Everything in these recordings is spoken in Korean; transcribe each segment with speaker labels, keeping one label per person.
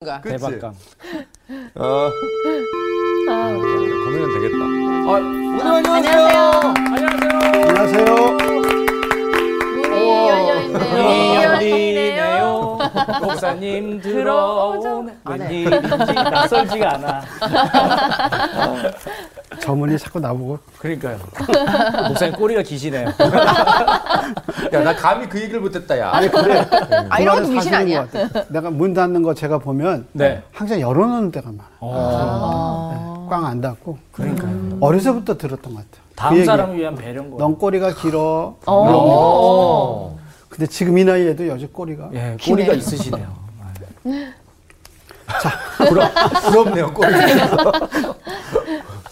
Speaker 1: 그러니까.
Speaker 2: 그치?
Speaker 3: 대박감.
Speaker 2: 어,
Speaker 1: 아, 웃겨.
Speaker 2: 고민은 되겠다. 아, 오늘 안녕하세요.
Speaker 1: 안녕하세요.
Speaker 2: 안녕하세요.
Speaker 1: 미니
Speaker 4: 어,
Speaker 1: 연인데요.
Speaker 3: 연이네요. 목사님 들어오네.
Speaker 1: 들어오잖아. 아, 네.
Speaker 3: 웬일인지 낯설지가 않아.
Speaker 5: 저문이 자꾸 나보고
Speaker 3: 그러니까요. 목사님 꼬리가 기시네요.
Speaker 2: 야, 나 감히 그 얘기를 못했다, 야.
Speaker 1: 아, 이런 거
Speaker 5: 불안해서
Speaker 1: 미신
Speaker 5: 하시는
Speaker 1: 아니야.
Speaker 5: 것 같아요. 내가 문 닫는 거 제가 보면
Speaker 3: 네.
Speaker 5: 항상 열어놓는 데가 많아.
Speaker 4: 네.
Speaker 1: 어.
Speaker 5: 꽝 안 닫고. 그러니까요. 어려서부터 들었던 것 같아.
Speaker 3: 다음 사람을 위한 배려인 거예요.
Speaker 5: 넌 꼬리가 길어.
Speaker 2: 오.
Speaker 5: 근데 지금 이 나이에도 여전히 꼬리가.
Speaker 3: 예, 꼬리가 있으시네요.
Speaker 2: 부럽, 부럽네요, 꼴이.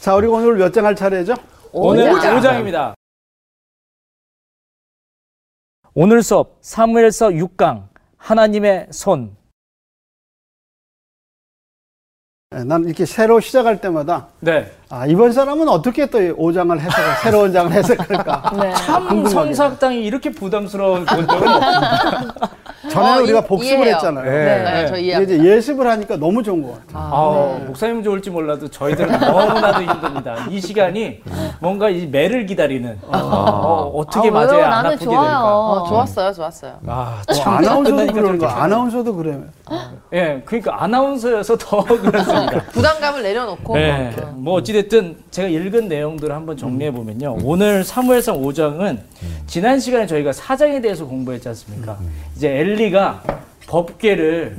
Speaker 5: 자, 우리가 오늘 몇 장 할 차례죠?
Speaker 3: 오늘
Speaker 1: 오장.
Speaker 3: 5장입니다. 오늘 수업 사무엘서 6강 하나님의 손.
Speaker 5: 예, 난 이렇게 새로 시작할 때마다
Speaker 3: 네.
Speaker 5: 아, 이번 사람은 어떻게 또오장을 해석할, 새로운 장을 해석할까.
Speaker 3: 아,
Speaker 1: 네.
Speaker 3: 참 선삭당이 이렇게 부담스러운 본 적은 없어요.
Speaker 5: 전에
Speaker 1: 어,
Speaker 5: 우리가
Speaker 1: 이-
Speaker 5: 복습을
Speaker 1: 이해해요.
Speaker 5: 했잖아요.
Speaker 1: 네,
Speaker 3: 네.
Speaker 1: 저
Speaker 5: 근데
Speaker 1: 이해합니다. 어.
Speaker 5: 이제 예습을 하니까 너무 좋은 것 같아요.
Speaker 3: 아,
Speaker 1: 네.
Speaker 3: 목사님 좋을지 몰라도 저희들은 너무나도 힘듭니다. 이 시간이 뭔가 이 매를 기다리는 어, 떻게
Speaker 1: 아, 왜요?
Speaker 3: 맞아야 안
Speaker 1: 나는
Speaker 3: 아프게
Speaker 1: 좋아요.
Speaker 3: 될까.
Speaker 1: 어, 좋았어요, 좋았어요.
Speaker 3: 아,
Speaker 5: 어,
Speaker 3: 참
Speaker 5: 아나운서도
Speaker 3: 끝나니까
Speaker 5: 그러는
Speaker 3: 좀
Speaker 5: 거야. 아나운서도 그래요.
Speaker 3: 예, 그러니까 아나운서여서 더 그렇습니다.
Speaker 1: 부담감을 내려놓고.
Speaker 3: 예,
Speaker 1: 어.
Speaker 3: 뭐 어찌됐든 제가 읽은 내용들을 한번 정리해 보면요. 오늘 사무엘상 5장은 지난 시간에 저희가 사장에 대해서 공부했지 않습니까? 이제 엘리가 법계를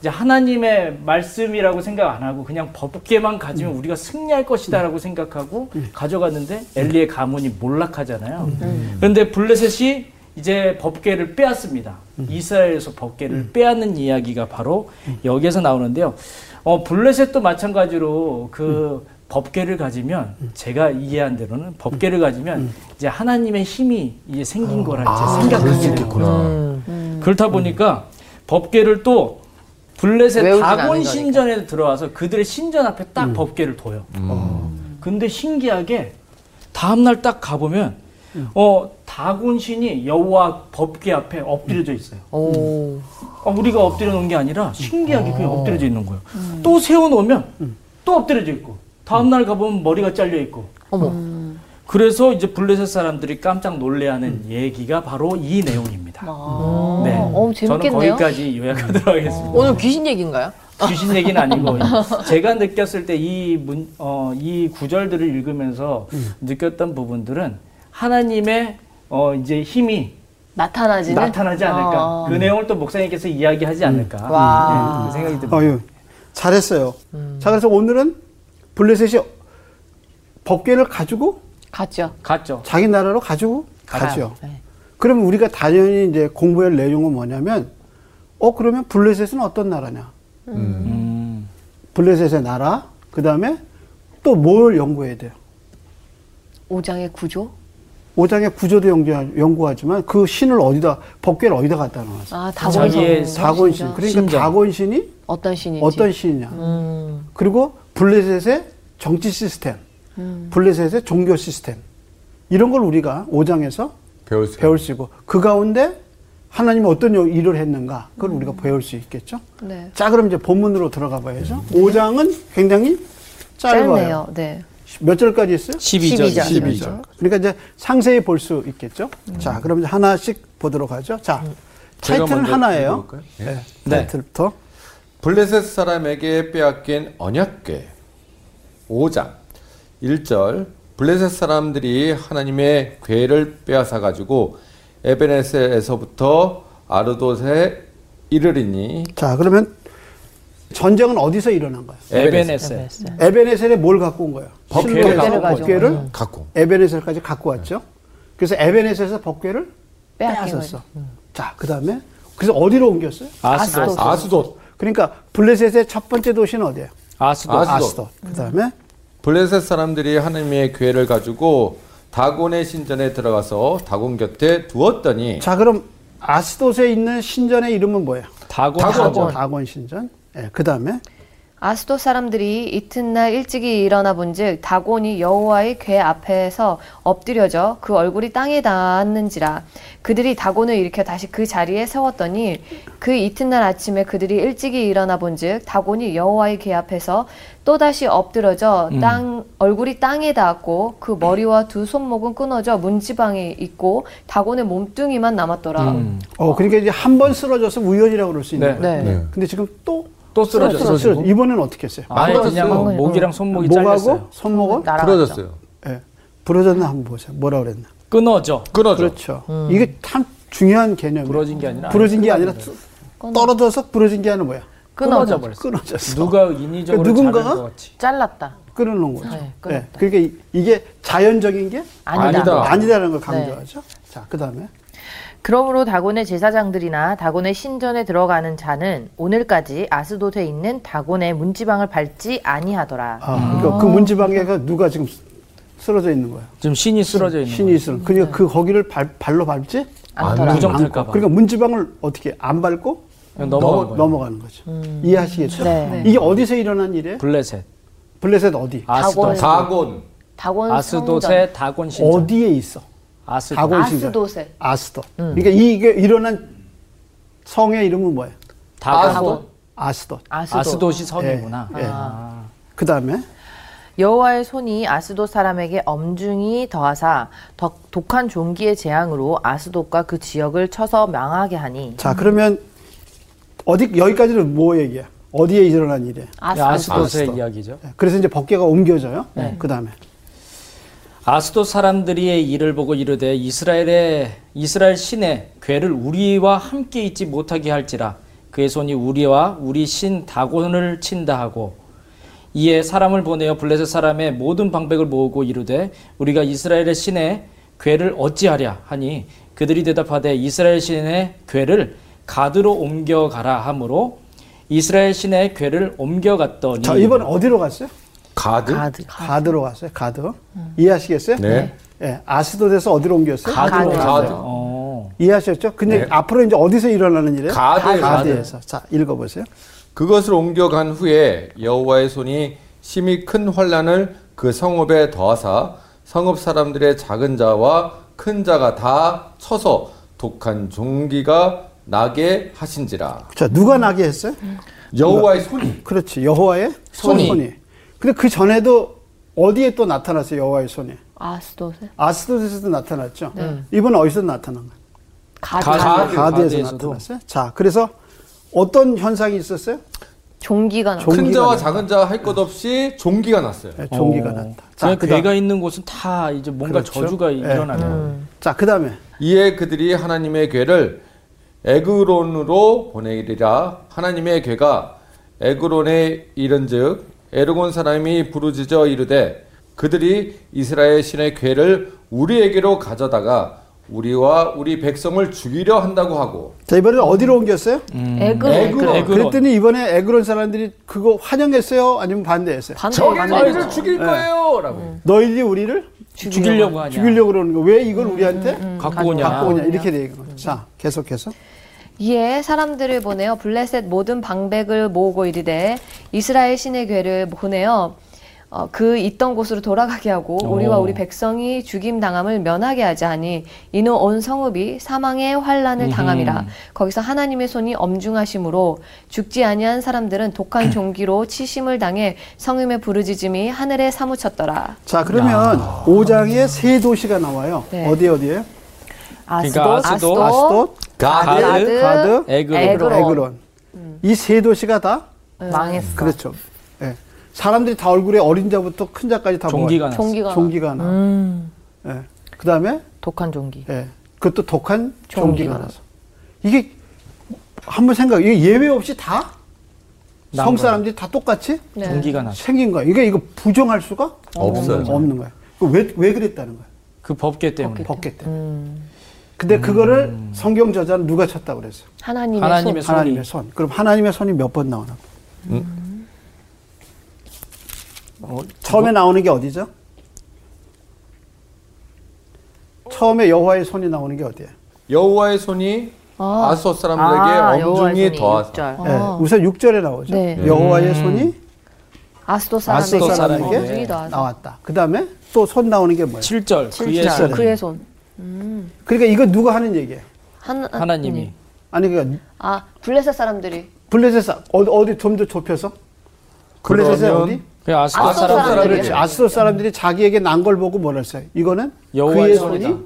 Speaker 3: 이제 하나님의 말씀이라고 생각 안 하고 그냥 법계만 가지면 우리가 승리할 것이다라고 생각하고 가져갔는데 엘리의 가문이 몰락하잖아요. 그런데 블레셋이 이제 법계를 빼앗습니다. 이스라엘에서 법계를 빼앗는 이야기가 바로 여기에서 나오는데요. 어, 블레셋도 마찬가지로 그 법계를 가지면 제가 이해한 대로는 법계를 가지면 이제 하나님의 힘이 이제 생긴 거라 이제 생각하게 되고
Speaker 1: 음.
Speaker 3: 그렇다 보니까 법계를 또 블레셋
Speaker 1: 외우진 않은
Speaker 3: 다곤
Speaker 1: 거니까.
Speaker 3: 신전에 들어와서 그들의 신전 앞에 딱 법계를 둬요. 근데 신기하게 다음날 딱 가보면 어 다곤 신이 여호와 법계 앞에 엎드려져 있어요.
Speaker 1: 오.
Speaker 3: 아, 우리가 엎드려 놓은 게 아니라 신기하게 그냥
Speaker 1: 어.
Speaker 3: 엎드려져 있는 거예요. 또 세워 놓으면 또 엎드려져 있고 다음날 가보면 머리가 잘려 있고
Speaker 1: 어머.
Speaker 3: 그래서 이제 블레셋 사람들이 깜짝 놀래하는 얘기가 바로 이 내용입니다.
Speaker 1: 아.
Speaker 3: 네.
Speaker 1: 어,
Speaker 3: 저는
Speaker 1: 재밌겠네요.
Speaker 3: 거기까지 요약하도록 하겠습니다.
Speaker 1: 오늘 귀신 얘기인가요?
Speaker 3: 귀신 얘기는 아니고 제가 느꼈을 때 이 문 어 이 구절들을 읽으면서
Speaker 5: 음.
Speaker 3: 느꼈던 부분들은 하나님의 어 이제 힘이
Speaker 1: 나타나지는?
Speaker 3: 나타나지 않을까.
Speaker 1: 어.
Speaker 3: 그 내용을 또 목사님께서 이야기하지 않을까.
Speaker 1: 와.
Speaker 3: 네, 그 생각이 듭니다.
Speaker 5: 음. 어유 예. 잘했어요. 자 그래서 오늘은 블레셋이 법계를 가지고
Speaker 1: 갔죠.
Speaker 3: 갔죠.
Speaker 5: 자기 나라로 가지고 가죠.
Speaker 1: 가요. 네.
Speaker 5: 그럼 우리가 당연히 이제 공부할 내용은 뭐냐면 어 그러면 블레셋은 어떤 나라냐?
Speaker 3: 음.
Speaker 5: 블레셋의 나라 그 다음에 또 뭘 연구해야 돼요?
Speaker 1: 오장의 구조?
Speaker 5: 오장의 구조도 연구하- 연구하지만 그 신을 어디다 법계를 어디다 갖다 놓았어?
Speaker 1: 아,
Speaker 3: 자기의
Speaker 1: 다본성.
Speaker 5: 다곤신. 그러니까
Speaker 3: 신전.
Speaker 5: 다곤신이
Speaker 1: 어떤 신인지.
Speaker 5: 어떤 신이냐?
Speaker 1: 음.
Speaker 5: 그리고 블레셋의 정치 시스템,
Speaker 1: 음.
Speaker 5: 블레셋의 종교 시스템 이런 걸 우리가 5장에서
Speaker 2: 배울 수.
Speaker 5: 배울 수 있고 그 가운데 하나님이 어떤 요- 일을 했는가 그걸 우리가 배울 수 있겠죠.
Speaker 1: 음. 네.
Speaker 5: 자 그럼 이제 본문으로 들어가 봐야죠. 5장은 굉장히 짧아요.
Speaker 1: 짧네요. 네.
Speaker 5: 몇 절까지 있어요?
Speaker 3: 12절.
Speaker 1: 12절.
Speaker 5: 12 절. 그러니까 이제 상세히 볼 수 있겠죠.
Speaker 1: 음.
Speaker 5: 자 그럼 이제 하나씩 보도록 하죠. 자
Speaker 2: 음. 제가
Speaker 5: 타이틀은
Speaker 2: 먼저
Speaker 5: 하나예요.
Speaker 2: 읽어볼까요? 예.
Speaker 5: 네.
Speaker 3: 네.
Speaker 5: 타이틀부터
Speaker 2: 블레셋 사람에게 빼앗긴 언약궤 5장 1절 블레셋 사람들이 하나님의 궤를 빼앗아 가지고 에베네셀에서부터 아르돗에 이르리니
Speaker 5: 자 그러면 전쟁은 어디서 일어난 거예요?
Speaker 3: 에베네셀.
Speaker 5: 에베네셀에 뭘 갖고 온 거예요?
Speaker 2: 법궤를
Speaker 5: 신로에서
Speaker 3: 갖고 음. 온
Speaker 5: 법궤를
Speaker 2: 갖고
Speaker 5: 에베네셀까지 갖고 왔죠. 그래서 에베네셀에서 법궤를
Speaker 1: 빼앗긴
Speaker 5: 빼앗았어. 자, 그 다음에 그래서 어디로 옮겼어요?
Speaker 3: 아스돗.
Speaker 2: 아스돗
Speaker 5: 그러니까 블레셋의 첫 번째 도시는 어디예요?
Speaker 3: 아스돗.
Speaker 2: 아스돗.
Speaker 5: 아스돗. 그 다음에
Speaker 2: 블레셋 사람들이 하나님의 궤를 가지고 다곤의 신전에 들어가서 다곤 곁에 두었더니
Speaker 5: 자, 그럼 아스돗에 있는 신전의 이름은 뭐예요?
Speaker 3: 다곤.
Speaker 2: 다곤.
Speaker 5: 다곤 신전. 예, 그 다음에
Speaker 1: 아스도 사람들이 이튿날 일찍이 일어나 본즉 다곤이 여호와의 궤 앞에서 엎드려져 그 얼굴이 땅에 닿았는지라 그들이 다곤을 일으켜 다시 그 자리에 세웠더니 그 이튿날 아침에 그들이 일찍이 일어나 본즉 다곤이 여호와의 궤 앞에서 또다시 엎드려져 땅 얼굴이 땅에 닿았고 그 머리와 두 손목은 끊어져 문지방에 있고 다곤의 몸뚱이만 남았더라.
Speaker 5: 어, 그러니까 이제 한 번 쓰러져서 우연이라고 그럴 수 있는
Speaker 3: 네.
Speaker 5: 거예요.
Speaker 1: 네.
Speaker 2: 네.
Speaker 5: 근데 지금 또
Speaker 3: 또 쓰러졌어.
Speaker 5: 쓰러져. 쓰러져. 이번에는 어떻게 했어요?
Speaker 3: 아예 그냥
Speaker 2: 망가졌어요.
Speaker 3: 목이랑 손목이
Speaker 5: 목하고
Speaker 3: 잘렸어요.
Speaker 5: 손목은
Speaker 2: 부러졌어요.
Speaker 5: 예. 부러졌나 한번 보세요. 뭐라 그랬나?
Speaker 3: 끊어져.
Speaker 2: 끊어져.
Speaker 5: 그렇죠.
Speaker 4: 음.
Speaker 5: 이게 참 중요한 개념이에요.
Speaker 3: 부러진 게 아니라
Speaker 5: 부러진 게
Speaker 4: 네.
Speaker 5: 아니라 쭉 떨어져서 부러진 게 아니라 뭐야?
Speaker 3: 끊어져
Speaker 4: 끊어져
Speaker 3: 버렸어.
Speaker 5: 끊어졌어.
Speaker 3: 누가 인위적으로
Speaker 5: 그러니까 누군가가-
Speaker 3: 자른 것 같이.
Speaker 4: 잘랐다.
Speaker 5: 끊어놓은 거죠.
Speaker 4: 네,
Speaker 5: 예.
Speaker 4: 끊었다.
Speaker 5: 그러니까 이- 이게 자연적인 게
Speaker 4: 아니다.
Speaker 2: 아니다.
Speaker 5: 아니다라는
Speaker 4: 네.
Speaker 5: 걸 강조하죠. 자, 그 다음에
Speaker 4: 그러므로 다곤의 제사장들이나 다곤의 신전에 들어가는 자는 오늘까지 아스돗에 있는 다곤의 문지방을 밟지 아니하더라.
Speaker 5: 아, 그러니까 그 문지방에가 누가 지금 쓰- 쓰러져 있는 거야.
Speaker 3: 지금 신이 쓰러져 있는
Speaker 5: 신이 있어.
Speaker 4: 네.
Speaker 5: 그러니까 그 거기를 발, 발로 밟지?
Speaker 4: 않더라.
Speaker 3: 무정
Speaker 5: 않고.
Speaker 3: 탈까 봐.
Speaker 5: 그러니까 문지방을 어떻게 안 밟고
Speaker 3: 그냥 넘어간 거예요.
Speaker 5: 넘어가는 거죠. 이해하시겠죠?
Speaker 4: 음. 네.
Speaker 5: 이게 어디서 일어난 일이에요?
Speaker 3: 블레셋.
Speaker 5: 블레셋 어디?
Speaker 3: 아스도.
Speaker 2: 네.
Speaker 1: 다곤.
Speaker 2: 다곤.
Speaker 1: 다곤 성전
Speaker 3: 아스도세 다곤 신전.
Speaker 5: 어디에 있어?
Speaker 3: 아스
Speaker 5: 다곤 신전.
Speaker 1: 아스도세
Speaker 5: 아스도. 그러니까 이게 일어난 성의 이름은 뭐예요?
Speaker 3: 다곤
Speaker 5: 아스도.
Speaker 4: 아스돗.
Speaker 3: 아스도시 성이구나.
Speaker 5: 예. 그 다음에
Speaker 4: 여호와의 손이 아스돗 사람에게 엄중히 더하사 덕- 독한 종기의 재앙으로 아스돗과 그 지역을 쳐서 망하게 하니
Speaker 5: 자 그러면 어디 여기까지는 뭐 얘기야? 어디에 일어난 일이야?
Speaker 1: 아스도세
Speaker 3: 아스도세
Speaker 5: 아스도.
Speaker 3: 이야기죠.
Speaker 5: 예. 그래서 이제 법계가 옮겨져요. 그 다음에
Speaker 3: 아스도 사람들이의 일을 보고 이르되 이스라엘의 이스라엘 신의 괴를 우리와 함께 있지 못하게 할지라 그의 손이 우리와 우리 신 다곤을 친다 하고 이에 사람을 보내어 블레셋 사람의 모든 방백을 모으고 이르되 우리가 이스라엘의 신의 괴를 어찌하랴 하니 그들이 대답하되 이스라엘 신의 괴를 가드로 옮겨가라 하므로 이스라엘 신의 괴를 옮겨갔더니
Speaker 5: 자 이번 어디로 갔어요?
Speaker 2: 가드.
Speaker 4: 가드
Speaker 5: 가드로 갔어요. 가드. 이해하시겠어요?
Speaker 2: 네.
Speaker 5: 예. 아스도에서 어디로 옮겼어요?
Speaker 3: 가드로
Speaker 4: 가드.
Speaker 3: 갔어요.
Speaker 2: 가드.
Speaker 3: 어.
Speaker 5: 이해하셨죠? 근데
Speaker 2: 네.
Speaker 5: 앞으로 이제 어디서 일어나는 일이에요?
Speaker 2: 가드에서.
Speaker 5: 가드에서. 자, 읽어보세요.
Speaker 2: 그것을 옮겨간 후에 여호와의 손이 심히 큰 환란을 그 성읍에 더하사 성읍 사람들의 작은 자와 큰 자가 다 쳐서 독한 종기가 나게 하신지라
Speaker 5: 자, 누가 나게 했어요?
Speaker 2: 여호와의 손이
Speaker 5: 그렇지. 여호와의
Speaker 2: 손이.
Speaker 5: 근데 그 전에도 어디에 또 나타났어요? 여호와의 손이.
Speaker 1: 아스도세
Speaker 5: 아스도에서도 나타났죠. 이번 어디서 나타난 거예요?
Speaker 1: 가드
Speaker 3: 가드.
Speaker 2: 가드.
Speaker 5: 가드에서
Speaker 3: 가드에서도.
Speaker 5: 나타났어요. 자, 그래서 어떤 현상이 있었어요?
Speaker 1: 종기가 나
Speaker 5: 종기가
Speaker 2: 큰 자와
Speaker 5: 났다.
Speaker 2: 작은 자 할 것 없이 종기가 났어요.
Speaker 5: 네, 종기가
Speaker 3: 어.
Speaker 5: 났다.
Speaker 3: 자,
Speaker 5: 그다음.
Speaker 3: 괴가 있는 곳은 다 이제 뭔가
Speaker 5: 그렇죠.
Speaker 3: 저주가
Speaker 5: 예.
Speaker 3: 일어나는 거예요.
Speaker 5: 자, 그다음에
Speaker 2: 이에 그들이 하나님의 괴를 에그론으로 보내리라 하나님의 괴가 에그론에 이른즉 에르곤 사람이 부르짖어 이르되 그들이 이스라엘 신의 괴를 우리에게로 가져다가 우리와 우리 백성을 죽이려 한다고 하고
Speaker 5: 자, 이번에 어디로 옮겼어요?
Speaker 1: 에그
Speaker 2: 에그론.
Speaker 3: 음. 에그론.
Speaker 5: 네, 그랬더니 이번에 에그론 사람들이 그거 환영했어요? 아니면 반대했어요?
Speaker 1: 반대 반대
Speaker 2: 저희를 죽일 거예요라고
Speaker 5: 너희들이 우리를
Speaker 3: 죽이려고 하냐.
Speaker 5: 죽이려고 그러는 거. 왜 이걸 우리한테
Speaker 3: 갖고 오냐.
Speaker 5: 갖고 오냐. 이렇게 되는 거죠. 자, 계속해서.
Speaker 1: 이에 사람들을 보내어 블레셋 모든 방백을 모으고 이르되 이스라엘 신의 괴를 보내어 어, 그 있던 곳으로 돌아가게 하고 우리와
Speaker 3: 오.
Speaker 1: 우리 백성이 죽임 당함을 면하게 하자 하니 이는 온 성읍이 사망의 환란을 당함이라 거기서 하나님의 손이 엄중하심으로 죽지 아니한 사람들은 독한 종기로 치심을 당해 성음의 부르짖음이 하늘에 사무쳤더라
Speaker 5: 자, 그러면 오장에세 도시가 나와요.
Speaker 1: 네.
Speaker 5: 어디 어디에요?
Speaker 4: 아스돗
Speaker 3: 그러니까 아스돗,
Speaker 5: 아스돗,
Speaker 2: 가드,
Speaker 1: 가드,
Speaker 5: 가드,
Speaker 3: 에그론.
Speaker 1: 에그론.
Speaker 5: 에그론. 이 세 도시가 다
Speaker 4: 네. 망했어.
Speaker 5: 그렇죠. 예. 사람들이 다 얼굴에 어린 자부터 큰 자까지 다
Speaker 3: 종기가 났어.
Speaker 1: 종기가
Speaker 5: 뭐가- 종기가 나. 예. 그다음에
Speaker 4: 독한 종기.
Speaker 5: 예. 그것도 독한
Speaker 4: 종기가
Speaker 5: 종기가 나서. 이게 한번 생각. 이게 예외 없이 다
Speaker 3: 난
Speaker 5: 성
Speaker 3: 거야.
Speaker 5: 사람들이 다 똑같이
Speaker 1: 네.
Speaker 3: 종기가 났어.
Speaker 5: 생긴 거야. 이게 이거 부정할 수가
Speaker 2: 없어요.
Speaker 5: 없는 거야. 왜왜 왜 그랬다는 거야?
Speaker 3: 그 법계 때문에.
Speaker 5: 벗게 때. 문
Speaker 3: 음.
Speaker 5: 근데 그거를 성경 저자는 누가 쳤다고 그랬어? 요
Speaker 1: 하나님의,
Speaker 3: 하나님의 손이.
Speaker 5: 하나님의 손. 그럼 하나님의 손이 몇 번 나오나?
Speaker 3: 어,
Speaker 5: 처음에 나오는 게 어디죠? 처음에 여호와의 손이 나오는 게 어디야?
Speaker 2: 여호와의 손이 아소 사람들에게
Speaker 4: 아, 여호와의
Speaker 2: 엄중히
Speaker 4: 손이
Speaker 2: 더하사
Speaker 3: 아.
Speaker 4: 육절. 음,
Speaker 5: 예, 우선 네. 6절에 나오죠.
Speaker 1: 네.
Speaker 5: 여호와의 손이
Speaker 1: 아스도
Speaker 5: 아스도
Speaker 1: 사람에게
Speaker 3: 사람에게
Speaker 1: 엄중히
Speaker 5: 사람에게
Speaker 1: 더하사.
Speaker 5: 나왔다. 그 다음에 또 손 나오는 게 뭐예요?
Speaker 3: 7절. 그의
Speaker 1: 진짜
Speaker 3: 손.
Speaker 1: 그의 손.
Speaker 5: 그러니까 이거 누가 하는 얘기예요?
Speaker 1: 하나,
Speaker 3: 하나님이.
Speaker 5: 아니 그러니까
Speaker 1: 네. 아 블레셋 사람들이
Speaker 5: 블레셋 어디, 어디 좀 더 좁혀서 블레셋
Speaker 2: 그러면
Speaker 5: 어디?
Speaker 3: 그 아스도
Speaker 1: 아스도 사람들이.
Speaker 3: 사람들을
Speaker 5: 그렇지. 아스도 사람들이 자기에게 난 걸 보고 뭐라 했어요? 이거는
Speaker 3: 여호와의
Speaker 5: 그의 손이
Speaker 3: 손이다.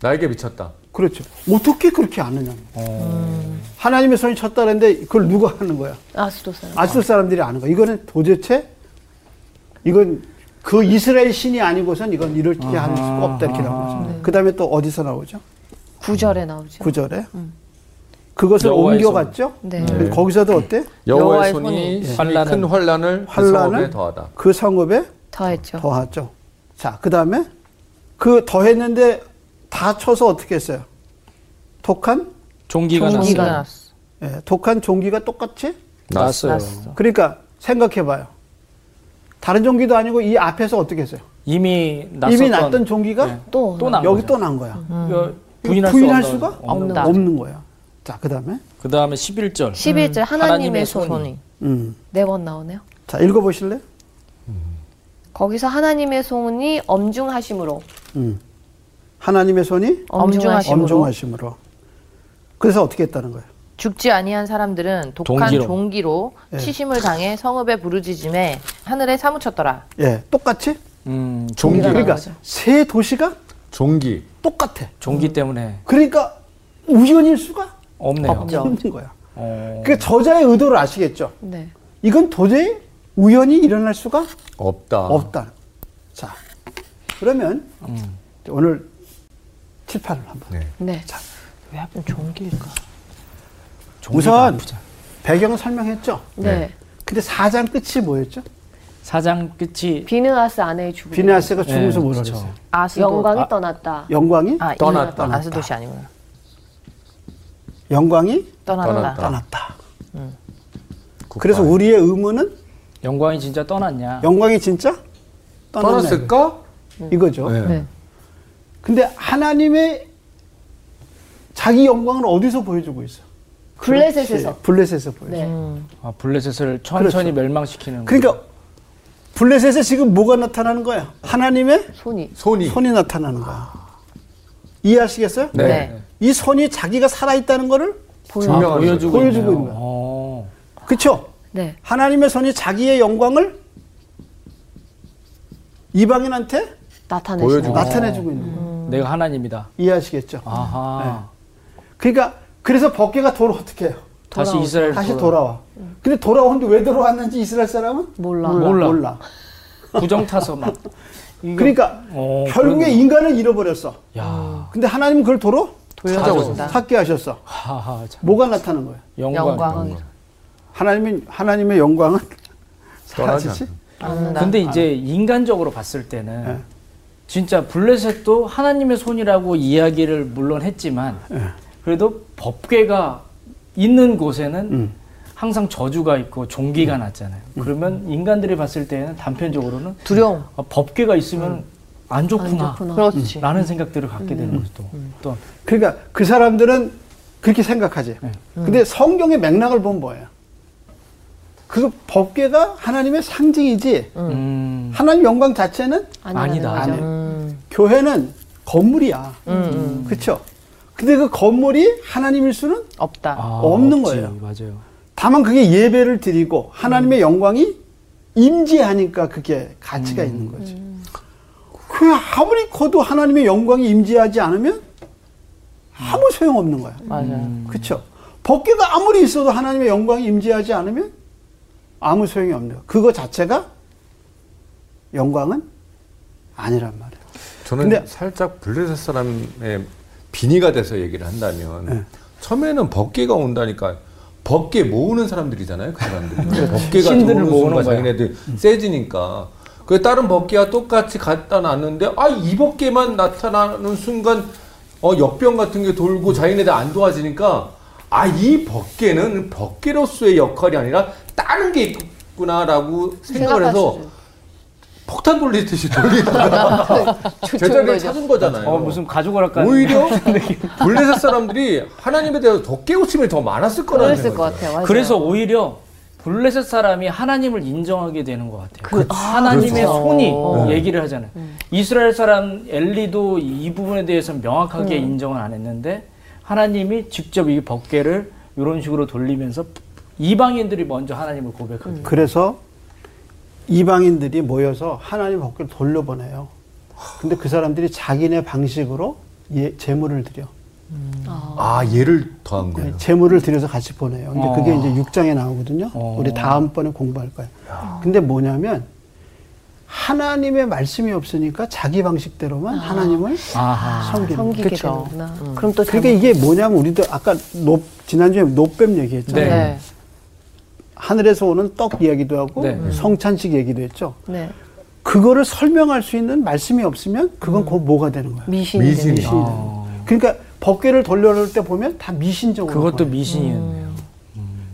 Speaker 2: 나에게 미쳤다.
Speaker 5: 그렇죠. 어떻게 그렇게 아느냐?
Speaker 3: 어.
Speaker 5: 하나님의 손이 쳤다는데 그걸 누가 하는 거야?
Speaker 1: 아스도 사람.
Speaker 5: 아스도 사람들이 아는 거야. 이거는 도대체 이건 그 이스라엘 신이 아니고선 이건 이렇게 할 수가 없다 이렇게 나오죠. 그 다음에 또 어디서 나오죠?
Speaker 1: 구절에 나오죠.
Speaker 5: 구절에 그것을
Speaker 3: 여호와의 손.
Speaker 5: 옮겨갔죠.
Speaker 1: 네.
Speaker 5: 근데 거기서도 어때?
Speaker 2: 여호와의
Speaker 4: 여호와의
Speaker 2: 손이
Speaker 4: 손이
Speaker 2: 심히
Speaker 3: 환란을-
Speaker 2: 큰 환란을 그 성읍에
Speaker 5: 환란을
Speaker 2: 더하다.
Speaker 5: 그 성읍에
Speaker 1: 더했죠.
Speaker 5: 더하죠. 자, 그 다음에 그 더했는데 다 쳐서 어떻게 했어요? 독한,
Speaker 3: 종기가
Speaker 4: 종기가
Speaker 3: 났어요.
Speaker 4: 났어.
Speaker 5: 예, 독한 종기가 똑같이?
Speaker 2: 났어요.
Speaker 4: 났어.
Speaker 5: 그러니까 생각해봐요. 다른 종기도 아니고 이 앞에서 어떻게 했어요?
Speaker 3: 이미 났었던
Speaker 5: 이미 났던 종기가
Speaker 1: 또,
Speaker 3: 또 나- 난
Speaker 5: 여기
Speaker 3: 거죠.
Speaker 5: 또 난 거야.
Speaker 3: 이거 부인할,
Speaker 5: 부인할
Speaker 3: 수
Speaker 5: 수가
Speaker 3: 없는
Speaker 4: 없다.
Speaker 5: 없는 거야. 자, 그 다음에.
Speaker 3: 그 다음에 11절.
Speaker 1: 11절 하나님의,
Speaker 3: 하나님의
Speaker 1: 손이,
Speaker 4: 손이.
Speaker 5: 음.
Speaker 1: 네 번 나오네요.
Speaker 5: 자, 읽어보실래요?
Speaker 1: 거기서 하나님의 손이 엄중하심으로
Speaker 5: 음. 하나님의 손이
Speaker 4: 엄중하심으로.
Speaker 1: 엄중하심으로
Speaker 5: 엄중하심으로. 그래서 어떻게 했다는 거예요?
Speaker 4: 죽지 아니한 사람들은 독한
Speaker 3: 종기로.
Speaker 4: 종기로
Speaker 2: 네.
Speaker 4: 치심을 당해 성읍의 부르짖음에 하늘에 사무쳤더라.
Speaker 5: 예, 똑같이?
Speaker 3: 음,
Speaker 2: 종기.
Speaker 3: 종기.
Speaker 5: 그러니까 세 도시가
Speaker 2: 종기.
Speaker 5: 똑같아.
Speaker 3: 종기 때문에
Speaker 5: 그러니까 우연일 수가
Speaker 3: 없네요.
Speaker 4: 없죠.
Speaker 5: 없는 거야.
Speaker 3: 어,
Speaker 5: 그 저자의 의도를 아시겠죠?
Speaker 1: 네.
Speaker 5: 이건 도저히 우연히 일어날 수가
Speaker 3: 아.
Speaker 2: 없다.
Speaker 5: 없다. 자, 그러면
Speaker 3: 음.
Speaker 5: 오늘 칠판을 한번.
Speaker 2: 네.
Speaker 1: 네.
Speaker 4: 왜 하필 종기일까?
Speaker 3: 종기가
Speaker 5: 우선 배경 설명했죠?
Speaker 1: 네.
Speaker 5: 근데 사장 끝이 뭐였죠?
Speaker 3: 사장 끝이
Speaker 1: 비느하스 아내의 주부.
Speaker 5: 비네아스가 죽으면서
Speaker 3: 네,
Speaker 5: 뭐라
Speaker 3: 그렇죠.
Speaker 5: 그랬어요?
Speaker 4: 아스도
Speaker 1: 영광이 떠났다.
Speaker 5: 영광이?
Speaker 4: 아,
Speaker 2: 떠났다.
Speaker 4: 떠났다. 아스도시 아니구나.
Speaker 5: 영광이
Speaker 4: 떠났다.
Speaker 3: 아,
Speaker 2: 떠났다.
Speaker 5: 떠났다.
Speaker 2: 굿바이.
Speaker 5: 그래서 우리의 의무는
Speaker 3: 영광이 진짜 떠났냐?
Speaker 5: 영광이 진짜 떠났네.
Speaker 2: 떠났을까?
Speaker 5: 이거죠.
Speaker 2: 네.
Speaker 1: 네.
Speaker 5: 근데 하나님의 자기 영광을 어디서 보여주고 있어?
Speaker 1: 블레셋에서.
Speaker 5: 그렇지. 블레셋에서 보여줘.
Speaker 1: 네.
Speaker 3: 아, 블레셋을 천천히
Speaker 5: 그렇죠.
Speaker 3: 멸망시키는 거.
Speaker 5: 그러니까 블레셋에 지금 뭐가 나타나는 거야? 하나님의
Speaker 1: 손이
Speaker 2: 손이.
Speaker 5: 손이 나타나는 거야. 이해하시겠어요?
Speaker 2: 네.
Speaker 4: 네.
Speaker 5: 이 손이 자기가 살아있다는 거를
Speaker 1: 보여.
Speaker 2: 증명하는 거죠.
Speaker 3: 보여주고,
Speaker 5: 보여주고
Speaker 3: 있네요.
Speaker 5: 있는 거야.
Speaker 3: 어,
Speaker 5: 그쵸?
Speaker 1: 네.
Speaker 5: 하나님의 손이 자기의 영광을 이방인한테
Speaker 1: 나타내시는
Speaker 2: 보여주고.
Speaker 1: 거.
Speaker 5: 나타내주고 있는
Speaker 1: 음.
Speaker 5: 거야.
Speaker 3: 내가 하나님이다.
Speaker 5: 이해하시겠죠?
Speaker 3: 아하.
Speaker 5: 네. 그러니까 그래서 벗개가 돌아 어떻게 해요?
Speaker 3: 다시
Speaker 1: 돌아오죠.
Speaker 3: 이스라엘
Speaker 5: 다시 돌아와. 근데 돌아오는데 왜 돌아왔는지 이스라엘 사람은
Speaker 1: 몰라.
Speaker 3: 몰라.
Speaker 5: 몰라.
Speaker 3: 부정 타서 막.
Speaker 5: 그러니까
Speaker 3: 어,
Speaker 5: 결국에
Speaker 3: 그러네.
Speaker 5: 인간을 잃어버렸어.
Speaker 3: 야,
Speaker 5: 근데 하나님은 그걸 도로
Speaker 4: 돌려준다.
Speaker 5: 찾게 하셨어.
Speaker 3: 하하. 참.
Speaker 5: 뭐가 나타나는 거야?
Speaker 3: 영광.
Speaker 4: 영광.
Speaker 5: 하나님은 하나님의 영광은
Speaker 2: 떠나지
Speaker 5: 사라지지.
Speaker 2: 않는.
Speaker 4: 떠난다.
Speaker 3: 근데 이제 인간적으로 봤을 때는
Speaker 5: 네.
Speaker 3: 진짜 블레셋도 하나님의 손이라고 이야기를 물론 했지만
Speaker 5: 네. 예.
Speaker 3: 그래도 법궤가 있는 곳에는
Speaker 5: 음.
Speaker 3: 항상 저주가 있고 종기가 났잖아요. 그러면 인간들이 봤을 때는 단편적으로는
Speaker 4: 두려움.
Speaker 3: 아, 법궤가 있으면 안 좋구나.
Speaker 1: 안 좋구나.
Speaker 4: 그렇지.
Speaker 3: 라는 생각들을 갖게 되는 거죠. 또. 또
Speaker 5: 그러니까 그 사람들은 그렇게 생각하지.
Speaker 3: 네.
Speaker 5: 근데 성경의 맥락을 보면 뭐예요? 그 법계가 하나님의 상징이지.
Speaker 3: 음,
Speaker 5: 하나님 영광 자체는
Speaker 1: 아니라는
Speaker 3: 아니다.
Speaker 1: 거죠.
Speaker 5: 아니.
Speaker 4: 음,
Speaker 5: 교회는 건물이야. 그렇죠? 근데 그 건물이 하나님일 수는
Speaker 4: 없다.
Speaker 3: 아,
Speaker 5: 없는
Speaker 3: 없지.
Speaker 5: 거예요.
Speaker 3: 맞아요.
Speaker 5: 다만 그게 예배를 드리고
Speaker 4: 음.
Speaker 5: 하나님의 영광이 임재하니까 그게 가치가
Speaker 4: 음.
Speaker 5: 있는 거지. 그 아무리 커도 하나님의 영광이 임재하지 않으면 아무 소용없는 거야.
Speaker 4: 맞아요.
Speaker 5: 그렇죠. 법궤가 아무리 있어도 하나님의 영광이 임재하지 않으면 아무 소용이 없는 거야. 그거 자체가 영광은 아니란 말이야.
Speaker 2: 저는
Speaker 5: 근데-
Speaker 2: 살짝 블레셋 사람의 비니가 돼서 얘기를 한다면
Speaker 3: 네.
Speaker 2: 처음에는 벗개가 온다니까 벗개 모으는 사람들이잖아요. 그 사람들이 벗개가
Speaker 3: 그렇죠. 신들을
Speaker 2: 들어오는 순간
Speaker 3: 모으는 거야. 음.
Speaker 2: 자기네들 세지니까 그 다른 벗개와 똑같이 갖다 놨는데 아이 벗개만 나타나는 순간 어, 역병 같은 게 돌고 자기네들 안 도와지니까 아 이 벗개는 벗개로서의 역할이 아니라 다른 게 있구나라고 생각을 해서
Speaker 1: 생각하시죠.
Speaker 2: 폭탄 돌리듯이 돌리다가 제자리를 찾은 거잖아요.
Speaker 3: 어, 무슨 가족오락관
Speaker 2: 오히려 블레셋 사람들이 하나님에 대해서 더 깨우침이 더 많았을 거라는
Speaker 1: 그랬을
Speaker 2: 거죠.
Speaker 1: 것 같아요. 맞아요.
Speaker 3: 그래서 오히려 블레셋 사람이 하나님을 인정하게 되는 것 같아요. 하나님의
Speaker 4: 그렇죠.
Speaker 3: 손이
Speaker 4: 어.
Speaker 3: 얘기를 하잖아요. 이스라엘 사람 엘리도 이 부분에 대해서는 명확하게 인정은 안 했는데 하나님이 직접 이 법궤를 이런 식으로 돌리면서 이방인들이 먼저 하나님을
Speaker 5: 음.
Speaker 3: 고백하게 돼요.
Speaker 5: 그래서 이방인들이 모여서 하나님 법궤를 돌려보내요. 근데 그 사람들이 자기네 방식으로 예, 재물을 드려.
Speaker 2: 아 얘를 더한 거예요.
Speaker 5: 재물을 들여서 같이 보내요. 근데
Speaker 3: 어.
Speaker 5: 그게 이제 6장에 나오거든요.
Speaker 3: 어.
Speaker 5: 우리 다음번에 공부할 거예요. 근데 뭐냐면 하나님의 말씀이 없으니까 자기 방식대로만 하나님을
Speaker 3: 아하.
Speaker 5: 섬기는 거예요.
Speaker 1: 섬기게
Speaker 4: 그쵸.
Speaker 1: 되는구나. 그럼 또
Speaker 5: 그게 이게 뭐냐면 우리도 아까 높, 지난주에 노뱀 얘기했잖아요.
Speaker 3: 네.
Speaker 4: 네.
Speaker 5: 하늘에서 오는 떡 이야기도 하고
Speaker 3: 네.
Speaker 5: 성찬식 얘기도 했죠.
Speaker 1: 잘못- 네.
Speaker 5: 그거를 설명할 수 있는 말씀이 없으면
Speaker 3: 음.
Speaker 5: 그건 곧 뭐가 되는 거예요.
Speaker 4: 미신이 되는
Speaker 2: 미신이
Speaker 5: 미신이 되는 거예요. 그러니까 법궤를 돌려놓을 때 보면 다 미신적으로.
Speaker 3: 아. 그것도
Speaker 5: 보여요.
Speaker 3: 미신이었네요.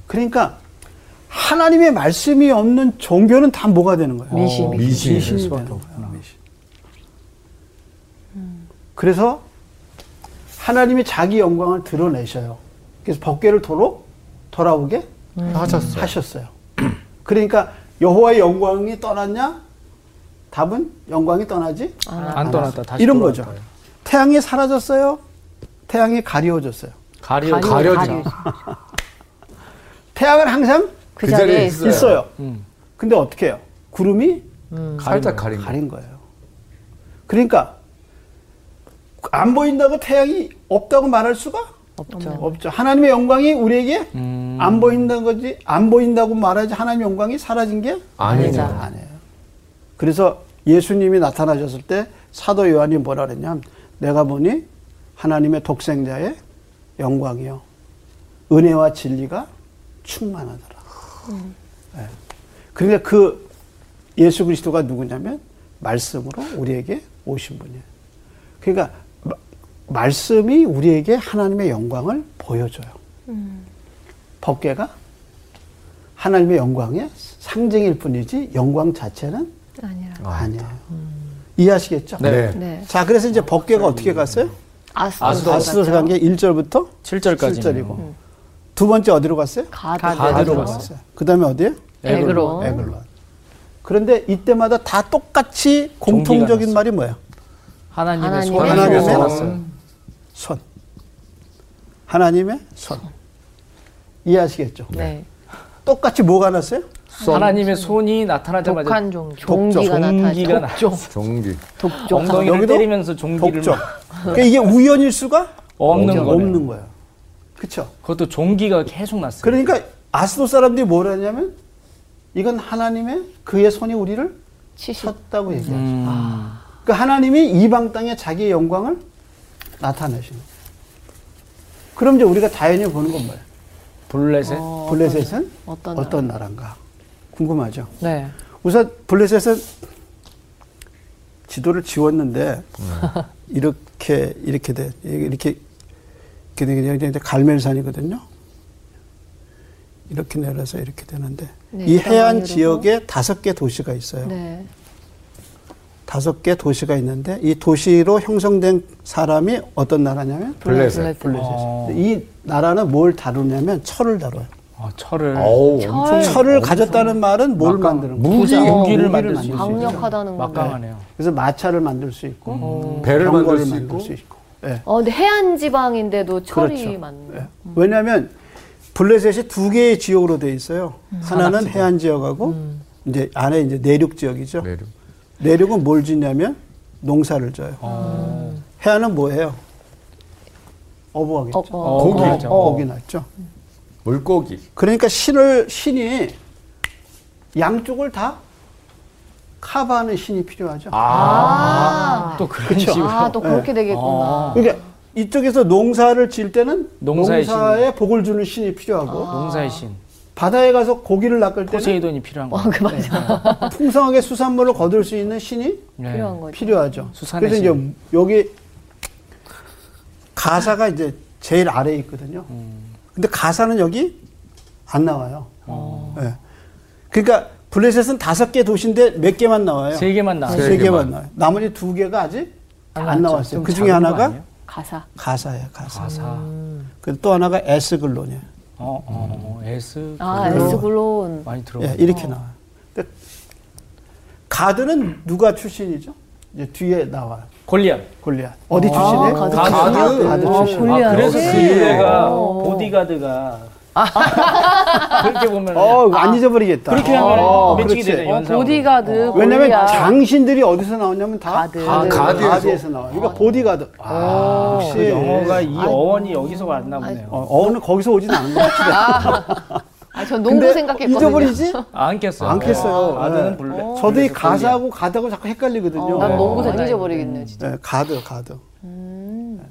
Speaker 5: 그러니까 하나님의 말씀이 없는 종교는 다 뭐가 되는
Speaker 3: 어,
Speaker 5: 거예요?
Speaker 4: 미신.
Speaker 2: 어, 미신이 될
Speaker 5: 미신이
Speaker 2: 수밖에
Speaker 5: 되는 거예요.
Speaker 2: 없구나.
Speaker 5: 그래서 하나님이 자기 영광을 드러내셔요. 그래서 법궤를 도로 돌아오게
Speaker 3: 음.
Speaker 2: 하셨어요.
Speaker 5: 하셨어요. 그러니까 여호와의 영광이 떠났냐? 답은 영광이 떠나지
Speaker 3: 안 떠났다. 다시
Speaker 5: 아, 이런
Speaker 3: 돌아왔다.
Speaker 5: 거죠. 태양이 사라졌어요. 태양이 가리워졌어요.
Speaker 3: 가려
Speaker 2: 가려지나.
Speaker 5: 태양은 항상
Speaker 2: 그 자리에 있어요.
Speaker 5: 있어요.
Speaker 3: 음.
Speaker 5: 근데 어떻게 해요? 구름이
Speaker 2: 살짝 음. 가린 거.
Speaker 5: 가린 거예요. 그러니까 안 보인다고 태양이 없다고 말할 수가
Speaker 4: 없죠.
Speaker 5: 없죠. 하나님의 영광이 우리에게
Speaker 3: 음.
Speaker 5: 안 보인다는 거지 안 보인다고 말하지 하나님의 영광이 사라진 게
Speaker 2: 아니다.
Speaker 5: 아니에요. 그래서 예수님이 나타나셨을 때 사도 요한이 뭐라 그랬냐면 내가 보니 하나님의 독생자의 영광이요 은혜와 진리가 충만하더라. 예. 그러니까 그 예수 그리스도가 누구냐면 말씀으로 우리에게 오신 분이에요. 그러니까 마- 말씀이 우리에게 하나님의 영광을 보여줘요. 법궤가 하나님의 영광의 상징일 뿐이지 영광 자체는
Speaker 1: 아니라.
Speaker 5: 아니에요. 이해하시겠죠?
Speaker 2: 네.
Speaker 1: 네.
Speaker 5: 자, 그래서 이제 법궤가 어떻게 갔어요?
Speaker 1: 아스도.
Speaker 5: 아스도스 간게 1절부터
Speaker 3: 7절까지.
Speaker 5: 7절이고.
Speaker 1: 음.
Speaker 5: 두 번째 어디로 갔어요?
Speaker 1: 가드.
Speaker 3: 음. 가드로 갔어요.
Speaker 5: 그 다음에 어디에요?
Speaker 1: 네, 에그로.
Speaker 5: 에글론. 그런데 이때마다 다 똑같이 공통적인 말이 뭐예요?
Speaker 3: 하나님의
Speaker 1: 하나님의
Speaker 3: 손에
Speaker 5: 하나님의 손.
Speaker 3: 살았어요.
Speaker 5: 손. 하나님의 손. 이해하시겠죠?
Speaker 4: 네.
Speaker 5: 똑같이 뭐가 났어요?
Speaker 3: 하나님의 손이 나타나자마자
Speaker 4: 독한 종교.
Speaker 3: 종기가
Speaker 1: 종기가 나타나.
Speaker 3: 나죠.
Speaker 2: 종기.
Speaker 3: 엉덩이를
Speaker 5: 여기도
Speaker 3: 때리면서 종기를
Speaker 5: 독점.
Speaker 3: 막
Speaker 5: 그러니까 이게 우연일 수가
Speaker 3: 없는 거예요.
Speaker 5: 없는 거예요. 그렇죠?
Speaker 3: 그것도 종기가 계속 났어요.
Speaker 5: 그러니까 아스도 사람들이 뭘 하냐면 이건 하나님의 그의 손이 우리를
Speaker 1: 치시.
Speaker 5: 쳤다고 얘기하죠.
Speaker 3: 음.
Speaker 1: 아.
Speaker 5: 그 하나님이 이방 땅에 자기의 영광을 나타내시는 거예요. 그럼 이제 우리가 다연히 보는 건 뭐예요?
Speaker 3: 블레셋.
Speaker 1: 어.
Speaker 5: 블레셋은
Speaker 1: 어떤
Speaker 5: 어떤, 나라인가? 궁금하죠?
Speaker 4: 네.
Speaker 5: 우선 블레셋은 지도를 지웠는데
Speaker 3: 네.
Speaker 5: 이렇게 이렇게 돼 이렇게 이렇게 되게 되는데 갈멜산이거든요. 이렇게 내려서 이렇게 되는데
Speaker 1: 네,
Speaker 5: 이
Speaker 1: 땅을
Speaker 5: 해안
Speaker 1: 이루고.
Speaker 5: 지역에 다섯 개 도시가 있어요.
Speaker 1: 네.
Speaker 5: 다섯 개 도시가 있는데 이 도시로 형성된 사람이 어떤 나라냐면
Speaker 2: 블레셋.
Speaker 5: 블레셋.
Speaker 3: 어.
Speaker 5: 이 나라는 뭘 다루냐면 철을 다뤄요.
Speaker 3: 아, 철을
Speaker 2: 어우,
Speaker 1: 철.
Speaker 5: 철을 가졌다는 말은 뭘 만드는 거예요?
Speaker 2: 무기.
Speaker 3: 무기를
Speaker 5: 무기를
Speaker 3: 만들 수 있어요.
Speaker 5: 만들 수
Speaker 1: 강력하다는 거.
Speaker 3: 막강하네요.
Speaker 5: 그래서 마차를 만들 수 있고
Speaker 2: 어. 배를
Speaker 5: 경거를
Speaker 2: 만들 수
Speaker 5: 만들
Speaker 2: 있고.
Speaker 5: 수 있고. 예.
Speaker 1: 어, 근데 해안 지방인데도 철이
Speaker 5: 그렇죠.
Speaker 1: 많네.
Speaker 5: 예. 왜냐하면 블레셋이 두 개의 지역으로 돼 있어요. 하나는 해안 지역하고 이제 안에 이제 내륙 지역이죠.
Speaker 2: 내륙.
Speaker 5: 내륙. 은뭘 짓냐면 농사를 져요.
Speaker 3: 어.
Speaker 1: 음.
Speaker 5: 해안은 뭐예요? 어부하겠죠.
Speaker 1: 어, 어.
Speaker 2: 고기.
Speaker 5: 어, 어기 났죠.
Speaker 2: 물고기.
Speaker 5: 그러니까 신을 신이 양쪽을 다 커버하는 신이 필요하죠.
Speaker 2: 아.
Speaker 1: 아,
Speaker 3: 또 그런 식으로.
Speaker 1: 아, 또 그렇게 되겠구나.
Speaker 5: 그러니까 이쪽에서 농사를 지을 때는
Speaker 3: 농사의
Speaker 5: 농사의,
Speaker 3: 신이.
Speaker 5: 복을 주는 신이 필요하고
Speaker 1: 아.
Speaker 3: 농사의 신
Speaker 5: 바다에 가서 고기를 낚을 때는
Speaker 3: 포세이돈이 필요한
Speaker 1: 어,
Speaker 3: 거.
Speaker 1: 그 맞아.
Speaker 5: 풍성하게 수산물을 거둘 수 있는 신이
Speaker 3: 네.
Speaker 1: 필요한 거죠.
Speaker 5: 필요하죠.
Speaker 3: 수산의
Speaker 5: 그래서 이제
Speaker 3: 신.
Speaker 5: 여기 가사가 이제 제일 아래에 있거든요.
Speaker 3: 음.
Speaker 5: 근데 가사는 여기 안 나와요.
Speaker 3: 어.
Speaker 5: 예. 그러니까 블레셋은 다섯 개 도시인데 몇 개만 나와요? 네.
Speaker 3: 세 개만 나.
Speaker 2: 세
Speaker 5: 세 개만
Speaker 2: 개만.
Speaker 5: 나와요. 나머지 두 개가 아직
Speaker 3: 안
Speaker 5: 안
Speaker 3: 나왔죠.
Speaker 5: 나왔어요.
Speaker 3: 좀
Speaker 5: 그 중에
Speaker 3: 작은 거
Speaker 5: 하나가
Speaker 3: 아니에요?
Speaker 1: 가사.
Speaker 5: 가사예요, 가사.
Speaker 3: 가사.
Speaker 5: 그리고 또 하나가 에스글론이에요.
Speaker 3: 어, 어, 에스.
Speaker 1: 아,
Speaker 3: 글로
Speaker 1: 에스글론.
Speaker 3: 많이 들어.
Speaker 5: 예, 이렇게 나와요. 근데 가드는 누가 출신이죠? 이제 뒤에 나와요.
Speaker 3: 골리앗.
Speaker 5: 골리앗. 어디 출신이에요?
Speaker 1: 가드.
Speaker 2: 가드.
Speaker 5: 가드
Speaker 1: 어,
Speaker 5: 출신.
Speaker 1: 골리앗.
Speaker 3: 아, 그래서
Speaker 2: 역시.
Speaker 3: 그
Speaker 5: 예.
Speaker 3: 유래가
Speaker 1: 어.
Speaker 3: 보디가드가 그렇게 보면
Speaker 5: 어, 안 잊어버리겠다.
Speaker 3: 그렇게 하면
Speaker 5: 어,
Speaker 3: 매칭이
Speaker 5: 그렇지.
Speaker 3: 되네. 연상으로.
Speaker 4: 아, 보디가드
Speaker 5: 어. 왜냐면
Speaker 4: 골리앗.
Speaker 5: 장신들이 어디서 나오냐면 다
Speaker 4: 가드.
Speaker 2: 아, 가드에서?
Speaker 5: 가드에서 나와요. 그러니까 보디가드.
Speaker 3: 아,
Speaker 5: 역시.
Speaker 3: 그 영어가 이 어원이 여기서 왔나
Speaker 5: 어,
Speaker 3: 보네요.
Speaker 5: 어는 거기서 오진 않은 것 같은데.
Speaker 1: 아, 전 농구 생각했거든요.
Speaker 5: 잊어버리지?
Speaker 3: 안 깼어요.
Speaker 5: 안 깼어요.
Speaker 3: 아드는
Speaker 5: 네.
Speaker 3: 아, 네. 블랙.
Speaker 5: 저도 이
Speaker 3: 그래서
Speaker 5: 가사하고 가드하고 자꾸 헷갈리거든요.
Speaker 1: 어, 난
Speaker 2: 네.
Speaker 5: 아,
Speaker 1: 농구
Speaker 2: 어.
Speaker 1: 생각 잊어버리겠네요, 진짜.
Speaker 5: 네, 가드, 가드. 네.
Speaker 1: 음.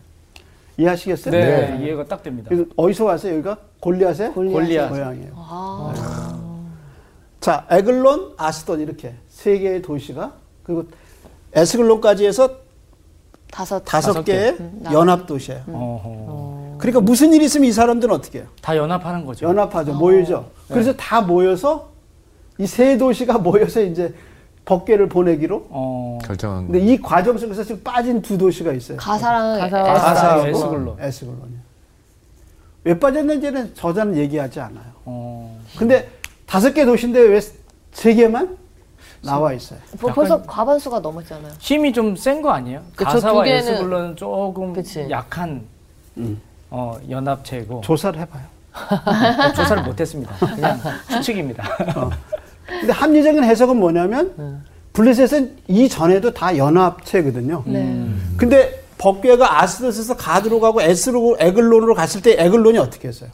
Speaker 5: 이해하시겠어요?
Speaker 3: 네, 이해가 딱 됩니다.
Speaker 5: 그래서 어디서 왔어요? 여기가 골리앗의
Speaker 3: 골리앗.
Speaker 5: 모양이에요.
Speaker 1: 아.
Speaker 5: 자, 에글론, 아스돈 이렇게 세 개의 도시가 그리고 에스글론까지 해서
Speaker 1: 다섯.
Speaker 5: 다섯
Speaker 3: 다섯 개.
Speaker 5: 개의
Speaker 1: 나름.
Speaker 5: 연합 도시예요.
Speaker 3: 어허.
Speaker 5: 그러니까 무슨 일이 있으면 이 사람들은 어떻게 해요?
Speaker 3: 다 연합하는 거죠.
Speaker 5: 연합하죠. 모이죠.
Speaker 3: 네.
Speaker 5: 그래서 다 모여서 이 세 도시가 모여서 이제 법계를 보내기로.
Speaker 3: 어.
Speaker 2: 결정한
Speaker 5: 근데 이 과정 속에서 지금 빠진 두 도시가 있어요.
Speaker 1: 가사랑
Speaker 4: 가사와
Speaker 1: 에스-
Speaker 3: 가사하고
Speaker 5: 에스글론.
Speaker 3: 에스글론.
Speaker 5: 에스글론이요. 왜 빠졌는지는 저자는 얘기하지 않아요.
Speaker 3: 어.
Speaker 5: 근데 다섯 개 도시인데 왜 세 개만 나와 있어요?
Speaker 1: 벌- 벌써 과반수가 넘었잖아요.
Speaker 3: 힘이 좀 센 거 아니에요?
Speaker 4: 그쵸,
Speaker 3: 가사와
Speaker 4: 두 개는-
Speaker 3: 에스글론은 조금
Speaker 4: 그치.
Speaker 3: 약한
Speaker 5: 음.
Speaker 3: 어, 연합체고
Speaker 5: 조사를 해봐요.
Speaker 3: 어, 조, 사를 못했습니다. 그냥 추측입니다.
Speaker 5: 근데 합리적인 해석은 뭐냐면 블레셋은 이전에도 다 연합체거든요. 근데 법궤가 아스더스에서 가드로 가고 에스로 에글론으로 갔을 때 에글론이 어떻게 했어요?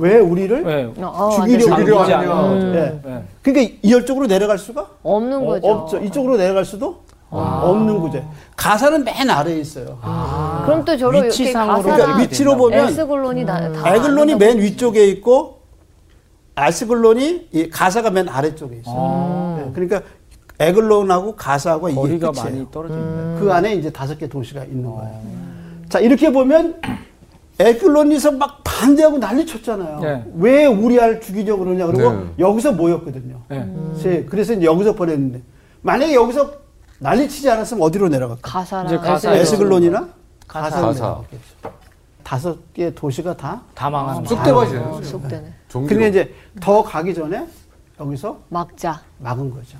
Speaker 5: 왜 우리를
Speaker 3: 네.
Speaker 1: 어,
Speaker 5: 죽이려-
Speaker 1: 완전
Speaker 2: 죽이려
Speaker 3: 당기지
Speaker 2: 하느냐.
Speaker 3: 않는 거죠.
Speaker 5: 예.
Speaker 3: 네.
Speaker 5: 그러니까 이열쪽으로 내려갈 수가
Speaker 1: 없는 거죠.
Speaker 5: 어, 없죠. 이쪽으로 내려갈 수도 없는 구제. 가사는 맨 아래에 있어요.
Speaker 1: 그럼 또 저로 이렇게
Speaker 3: 위치상으로
Speaker 5: 그러니까
Speaker 1: 가사랑
Speaker 3: 위-
Speaker 5: 위치로 보면
Speaker 3: 네,
Speaker 1: 에스글론이 나, 다
Speaker 5: 에글론이
Speaker 1: 나눈다고
Speaker 5: 맨 위쪽에 있고 아스글론이 이 가사가 맨 아래쪽에 있어요. 네, 그러니까 에글론하고 가사하고 이게
Speaker 3: 거리가
Speaker 5: 끝이에요.
Speaker 3: 많이 떨어져 있네요.
Speaker 5: 그 안에 이제 다섯 개 도시가 있는 거예요. 자 이렇게 보면 에글론에서 막 반대하고 난리 쳤잖아요.
Speaker 3: 네.
Speaker 5: 왜 우리알 죽이려고 그러냐 그러고
Speaker 2: 네.
Speaker 5: 여기서 모였거든요.
Speaker 3: 네.
Speaker 5: 세- 그래서 이제 여기서 보냈는데 만약에 여기서 난리 치지 않았으면 어디로 내려갈까?
Speaker 3: 이제
Speaker 1: 가사랑
Speaker 3: 가사-
Speaker 1: 에스글론.
Speaker 5: 에스글론이나 가사로
Speaker 2: 가사.
Speaker 5: 내려갔겠죠. 다섯 개 도시가 다
Speaker 3: 다 망한 거.
Speaker 2: 쑥대밭이
Speaker 1: 어,
Speaker 2: 되는 거죠.
Speaker 1: 속되네.
Speaker 2: 종기로.
Speaker 5: 근데 이제 더 가기 전에 여기서
Speaker 1: 막자.
Speaker 5: 막은 거죠.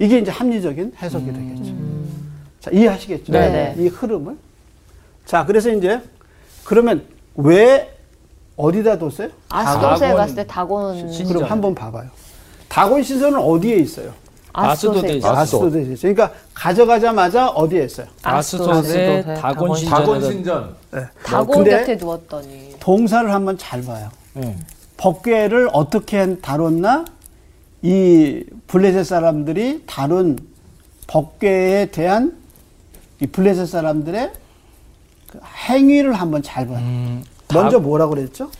Speaker 5: 이게 이제 합리적인 해석이 되겠죠. 자, 이해하시겠죠?
Speaker 1: 네네.
Speaker 5: 이 흐름을. 자, 그래서 이제 그러면 왜 어디다 뒀어요?
Speaker 1: 아스도세에
Speaker 3: 다곤.
Speaker 1: 갔을 때 다곤
Speaker 3: 시-
Speaker 5: 그럼
Speaker 3: 신전.
Speaker 5: 한번 봐봐요. 다곤 신선은 어디에 있어요?
Speaker 1: 아스도세.
Speaker 3: 아스도세.
Speaker 2: 아스돗.
Speaker 5: 아스도드에 있어요. 그러니까 가져가자마자 어디에 있어요?
Speaker 3: 아스소세
Speaker 4: 아스소세,
Speaker 3: 다곤
Speaker 2: 다곤
Speaker 3: 신전.
Speaker 2: 신전.
Speaker 1: 다곤
Speaker 3: 아,
Speaker 5: 근데-
Speaker 1: 곁에 누웠더니
Speaker 5: 동사를 한번 잘 봐요.
Speaker 3: 네.
Speaker 5: 법궤를 어떻게 다뤘나? 이 블레셋 사람들이 다룬 법궤에 대한 이 블레셋 사람들의 그 행위를 한번 잘 봐요.
Speaker 3: 음,
Speaker 5: 먼저 뭐라고 그랬죠?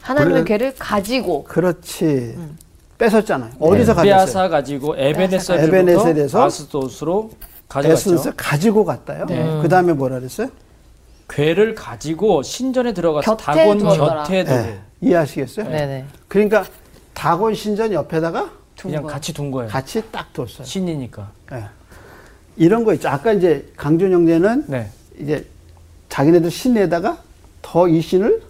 Speaker 1: 하나님의
Speaker 2: 본래-
Speaker 1: 괴를 가지고
Speaker 5: 그렇지.
Speaker 4: 음.
Speaker 5: 뺐었잖아요. 어디서 가졌어요?
Speaker 3: 네. 비아사 가지고 에베네셀부터
Speaker 5: 에베네셀에서
Speaker 3: 아스도스로
Speaker 5: 에스에서
Speaker 3: 가져갔죠. 네.
Speaker 5: 가지고 갔다요. 그 다음에 뭐라 그랬어요?
Speaker 3: 괴를 가지고 신전에 들어가서
Speaker 1: 곁에
Speaker 3: 다곤
Speaker 1: 두었더라.
Speaker 3: 곁에 두고
Speaker 5: 예. 이해하시겠어요?
Speaker 4: 네네.
Speaker 5: 그러니까 다곤 신전 옆에다가
Speaker 1: 둔
Speaker 3: 그냥
Speaker 1: 거야.
Speaker 3: 같이 둔 거예요.
Speaker 5: 같이 딱 뒀어요.
Speaker 3: 신이니까.
Speaker 5: 예. 이런 거 있죠. 아까 이제 강준 형제는
Speaker 3: 네.
Speaker 5: 이제 자기네들 신에다가 더 이 신을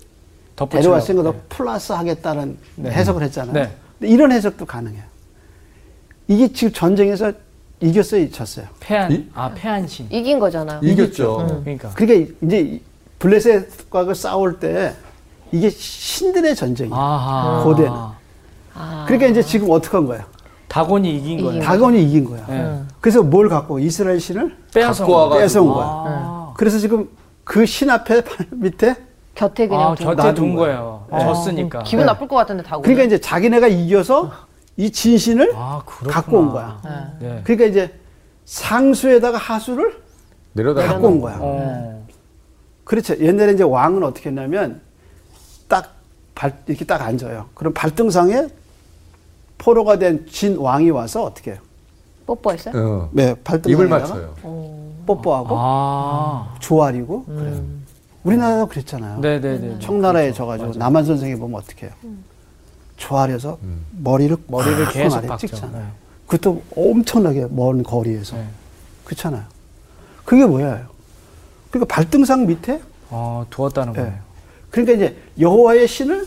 Speaker 3: 덧붙여.
Speaker 5: 데려왔으니까 더 플러스 하겠다는 해석을 했잖아요.
Speaker 3: 네.
Speaker 5: 근데 이런 해석도 가능해요. 이게 지금 전쟁에서 이겼어요, 졌어요.
Speaker 3: 패한
Speaker 2: 이?
Speaker 3: 아 패한 신.
Speaker 1: 이긴 거잖아요.
Speaker 2: 이겼죠. 음.
Speaker 3: 그러니까
Speaker 5: 그러니까 이제 이 블레셋과 싸울 때 이게 신들의 전쟁이에요.
Speaker 3: 아하.
Speaker 5: 고대는.
Speaker 1: 아,
Speaker 5: 그러니까 이제 지금 어떻게 한 거예요?
Speaker 3: 다곤이 이긴
Speaker 1: 이긴
Speaker 3: 거예요.
Speaker 1: 거.
Speaker 5: 다곤이 이긴 거야.
Speaker 3: 네.
Speaker 5: 그래서 뭘 갖고 이스라엘 신을
Speaker 3: 빼앗은
Speaker 2: 갖고
Speaker 3: 거.
Speaker 2: 와가-
Speaker 5: 뺏어온
Speaker 2: 아.
Speaker 5: 거야. 네.
Speaker 3: 아,
Speaker 5: 그래서 지금 그 신 앞에 발 밑에
Speaker 1: 곁에 그냥
Speaker 3: 아
Speaker 1: 둔
Speaker 3: 곁에
Speaker 5: 놔둔
Speaker 3: 둔
Speaker 5: 거예요.
Speaker 3: 거예요. 졌으니까.
Speaker 4: 기분
Speaker 1: 네.
Speaker 4: 나쁠 것 같은데 다고.
Speaker 5: 그러니까 이제 자기네가 이겨서 이 진신을
Speaker 3: 아 그렇구나.
Speaker 5: 갖고 온 거야.
Speaker 3: 네.
Speaker 5: 그러니까 이제 상수에다가 하수를
Speaker 2: 내려다
Speaker 5: 갖고 온 거야.
Speaker 3: 어.
Speaker 5: 그렇죠. 옛날에 이제 왕은 어떻게 했냐면 딱 발, 이렇게 딱 앉아요. 그럼 발등상에 포로가 된 진 왕이 와서 어떻게 해요?
Speaker 1: 뽀뽀했어요?
Speaker 2: 어.
Speaker 5: 네, 발등상에
Speaker 2: 입을 맞춰요. 어.
Speaker 5: 뽀뽀하고
Speaker 3: 아.
Speaker 5: 조아리고 그래요. 우리나라도 그랬잖아요.
Speaker 3: 네네네. 그렇죠.
Speaker 5: 청나라에 져가지고 남한 선생이 보면 어떻게 해요? 조아려서 머리를
Speaker 3: 음. 머리를
Speaker 5: 콱
Speaker 3: 계속
Speaker 5: 아래
Speaker 3: 박죠.
Speaker 5: 찍잖아요.
Speaker 3: 음. 네.
Speaker 5: 그것도 엄청나게 먼 거리에서
Speaker 3: 네.
Speaker 5: 그렇잖아요. 그게 뭐예요? 그러니까 발등상 밑에
Speaker 3: 아 두었다는
Speaker 5: 예.
Speaker 3: 거예요.
Speaker 5: 그러니까 이제 여호와의 신을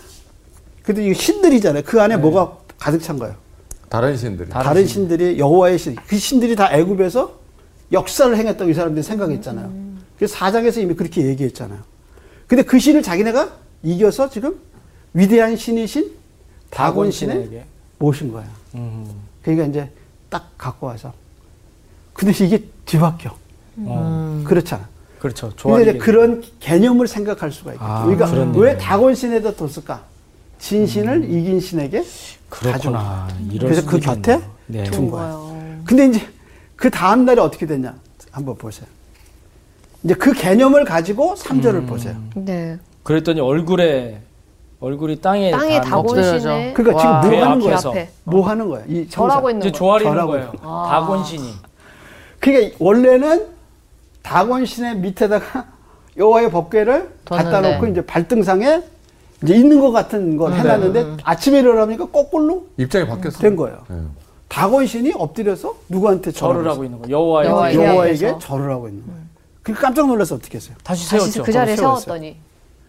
Speaker 5: 근데 이 신들이잖아요. 그
Speaker 3: 네.
Speaker 5: 안에 뭐가 가득 찬 거예요.
Speaker 2: 다른 신들이.
Speaker 5: 다른, 신들이 여호와의 신, 그 신들이 다 애굽에서 역사를 행했다고 이 사람들이 생각했잖아요. 그래서 사장에서 이미 그렇게 얘기했잖아요. 근데 그 신을 자기네가 이겨서 지금 위대한 신이신 다곤 신에
Speaker 3: 신에게.
Speaker 5: 모신 거예요.
Speaker 3: 음.
Speaker 5: 그러니까 이제 딱 갖고 와서. 근데 이게 뒤바뀌어. 음. 그렇잖아.
Speaker 3: 음. 그렇죠.
Speaker 5: 근데 이제
Speaker 3: 조화리.
Speaker 5: 그런 개념을 생각할 수가 있겠죠.
Speaker 3: 아,
Speaker 5: 그러니까
Speaker 3: 그렇네요. 음.
Speaker 5: 왜 다곤 신에다 뒀을까? 진신을 이긴 신에게 가져온
Speaker 3: 그렇구나.
Speaker 5: 거예요.
Speaker 3: 이럴
Speaker 5: 그래서
Speaker 3: 수도
Speaker 5: 그 곁에
Speaker 3: 있겠네요. 네.
Speaker 5: 둔 거예요.
Speaker 1: 거예요.
Speaker 5: 근데 이제 그 다음 날에 어떻게 되냐 한번 보세요. 이제 그 개념을 가지고 3절을
Speaker 3: 음.
Speaker 5: 보세요.
Speaker 1: 네.
Speaker 3: 그랬더니 얼굴에 얼굴이 땅에
Speaker 1: 땅에
Speaker 3: 닿는
Speaker 1: 다곤
Speaker 4: 없어져서.
Speaker 1: 신의
Speaker 5: 그러니까
Speaker 4: 와.
Speaker 5: 지금
Speaker 3: 그
Speaker 5: 뭐 하는 거야?
Speaker 3: 앞에서.
Speaker 1: 앞에.
Speaker 5: 뭐 하는 거야? 이 청사.
Speaker 1: 절하고 있는
Speaker 3: 이제
Speaker 1: 거예요.
Speaker 3: 조화리는
Speaker 5: 절하고
Speaker 3: 거예요.
Speaker 1: 아.
Speaker 3: 다곤 신이.
Speaker 5: 그러니까 원래는 다곤신의 밑에다가 여호와의 법궤를 갖다
Speaker 4: 뒀는데.
Speaker 5: 놓고 이제 발등상에 이제 있는 것 같은 걸 해놨는데 아침에 일어나니까 거꾸로
Speaker 2: 입장이 바뀌었어요.
Speaker 5: 된 거예요.
Speaker 2: 예.
Speaker 5: 다곤신이 엎드려서 누구한테
Speaker 3: 절을 하고 있는 거. 여호와의
Speaker 1: 여호와의
Speaker 3: 여-
Speaker 1: 여-
Speaker 5: 여호와에게
Speaker 1: 앞에서.
Speaker 5: 절을 하고 있는 거예요. 그 깜짝 놀라서 어떻게 했어요?
Speaker 3: 다시
Speaker 1: 다시
Speaker 3: 세웠죠.
Speaker 1: 그 자리에
Speaker 5: 세웠어요.
Speaker 1: 세웠더니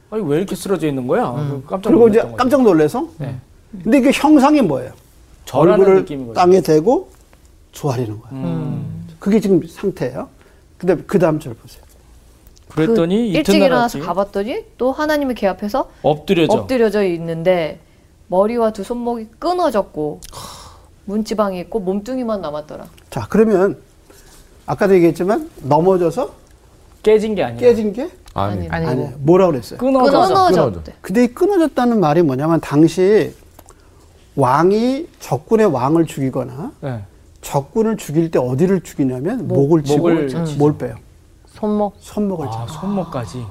Speaker 3: 아니 왜 이렇게 쓰러져 있는 거야? 깜짝
Speaker 5: 그리고 이제
Speaker 3: 놀랐던 거죠.
Speaker 5: 깜짝 놀라서
Speaker 3: 네.
Speaker 5: 근데 그 형상이 뭐예요?
Speaker 3: 절하는
Speaker 5: 얼굴을
Speaker 3: 느낌인 거죠.
Speaker 5: 땅에 대고 조아리는 거예요.
Speaker 3: 음.
Speaker 5: 그게 지금 상태예요. 근데 그 다음 절 보세요.
Speaker 3: 그랬더니
Speaker 1: 그 일찍
Speaker 3: 이튿날
Speaker 1: 일어나서
Speaker 3: 아침
Speaker 1: 가봤더니 또 하나님의 개 앞에서
Speaker 3: 엎드려져.
Speaker 1: 엎드려져 있는데 머리와 두 손목이 끊어졌고 문지방이 있고 몸뚱이만 남았더라.
Speaker 5: 자, 그러면 아까도 얘기했지만 넘어져서
Speaker 3: 깨진 게 아니야.
Speaker 5: 깨진 게
Speaker 2: 아니.
Speaker 4: 아니,
Speaker 5: 아니에요. 뭐라 그랬어요?
Speaker 3: 끊어져.
Speaker 1: 끊어졌대.
Speaker 5: 근데 이 끊어졌다는 말이 뭐냐면 당시 왕이 적군의 왕을 죽이거나
Speaker 3: 네.
Speaker 5: 적군을 죽일 때 어디를 죽이냐면 목, 을 치고
Speaker 3: 목을
Speaker 5: 뭘 빼요?
Speaker 4: 손목
Speaker 5: 손목을
Speaker 3: 아,
Speaker 5: 잡아.
Speaker 3: 손목까지.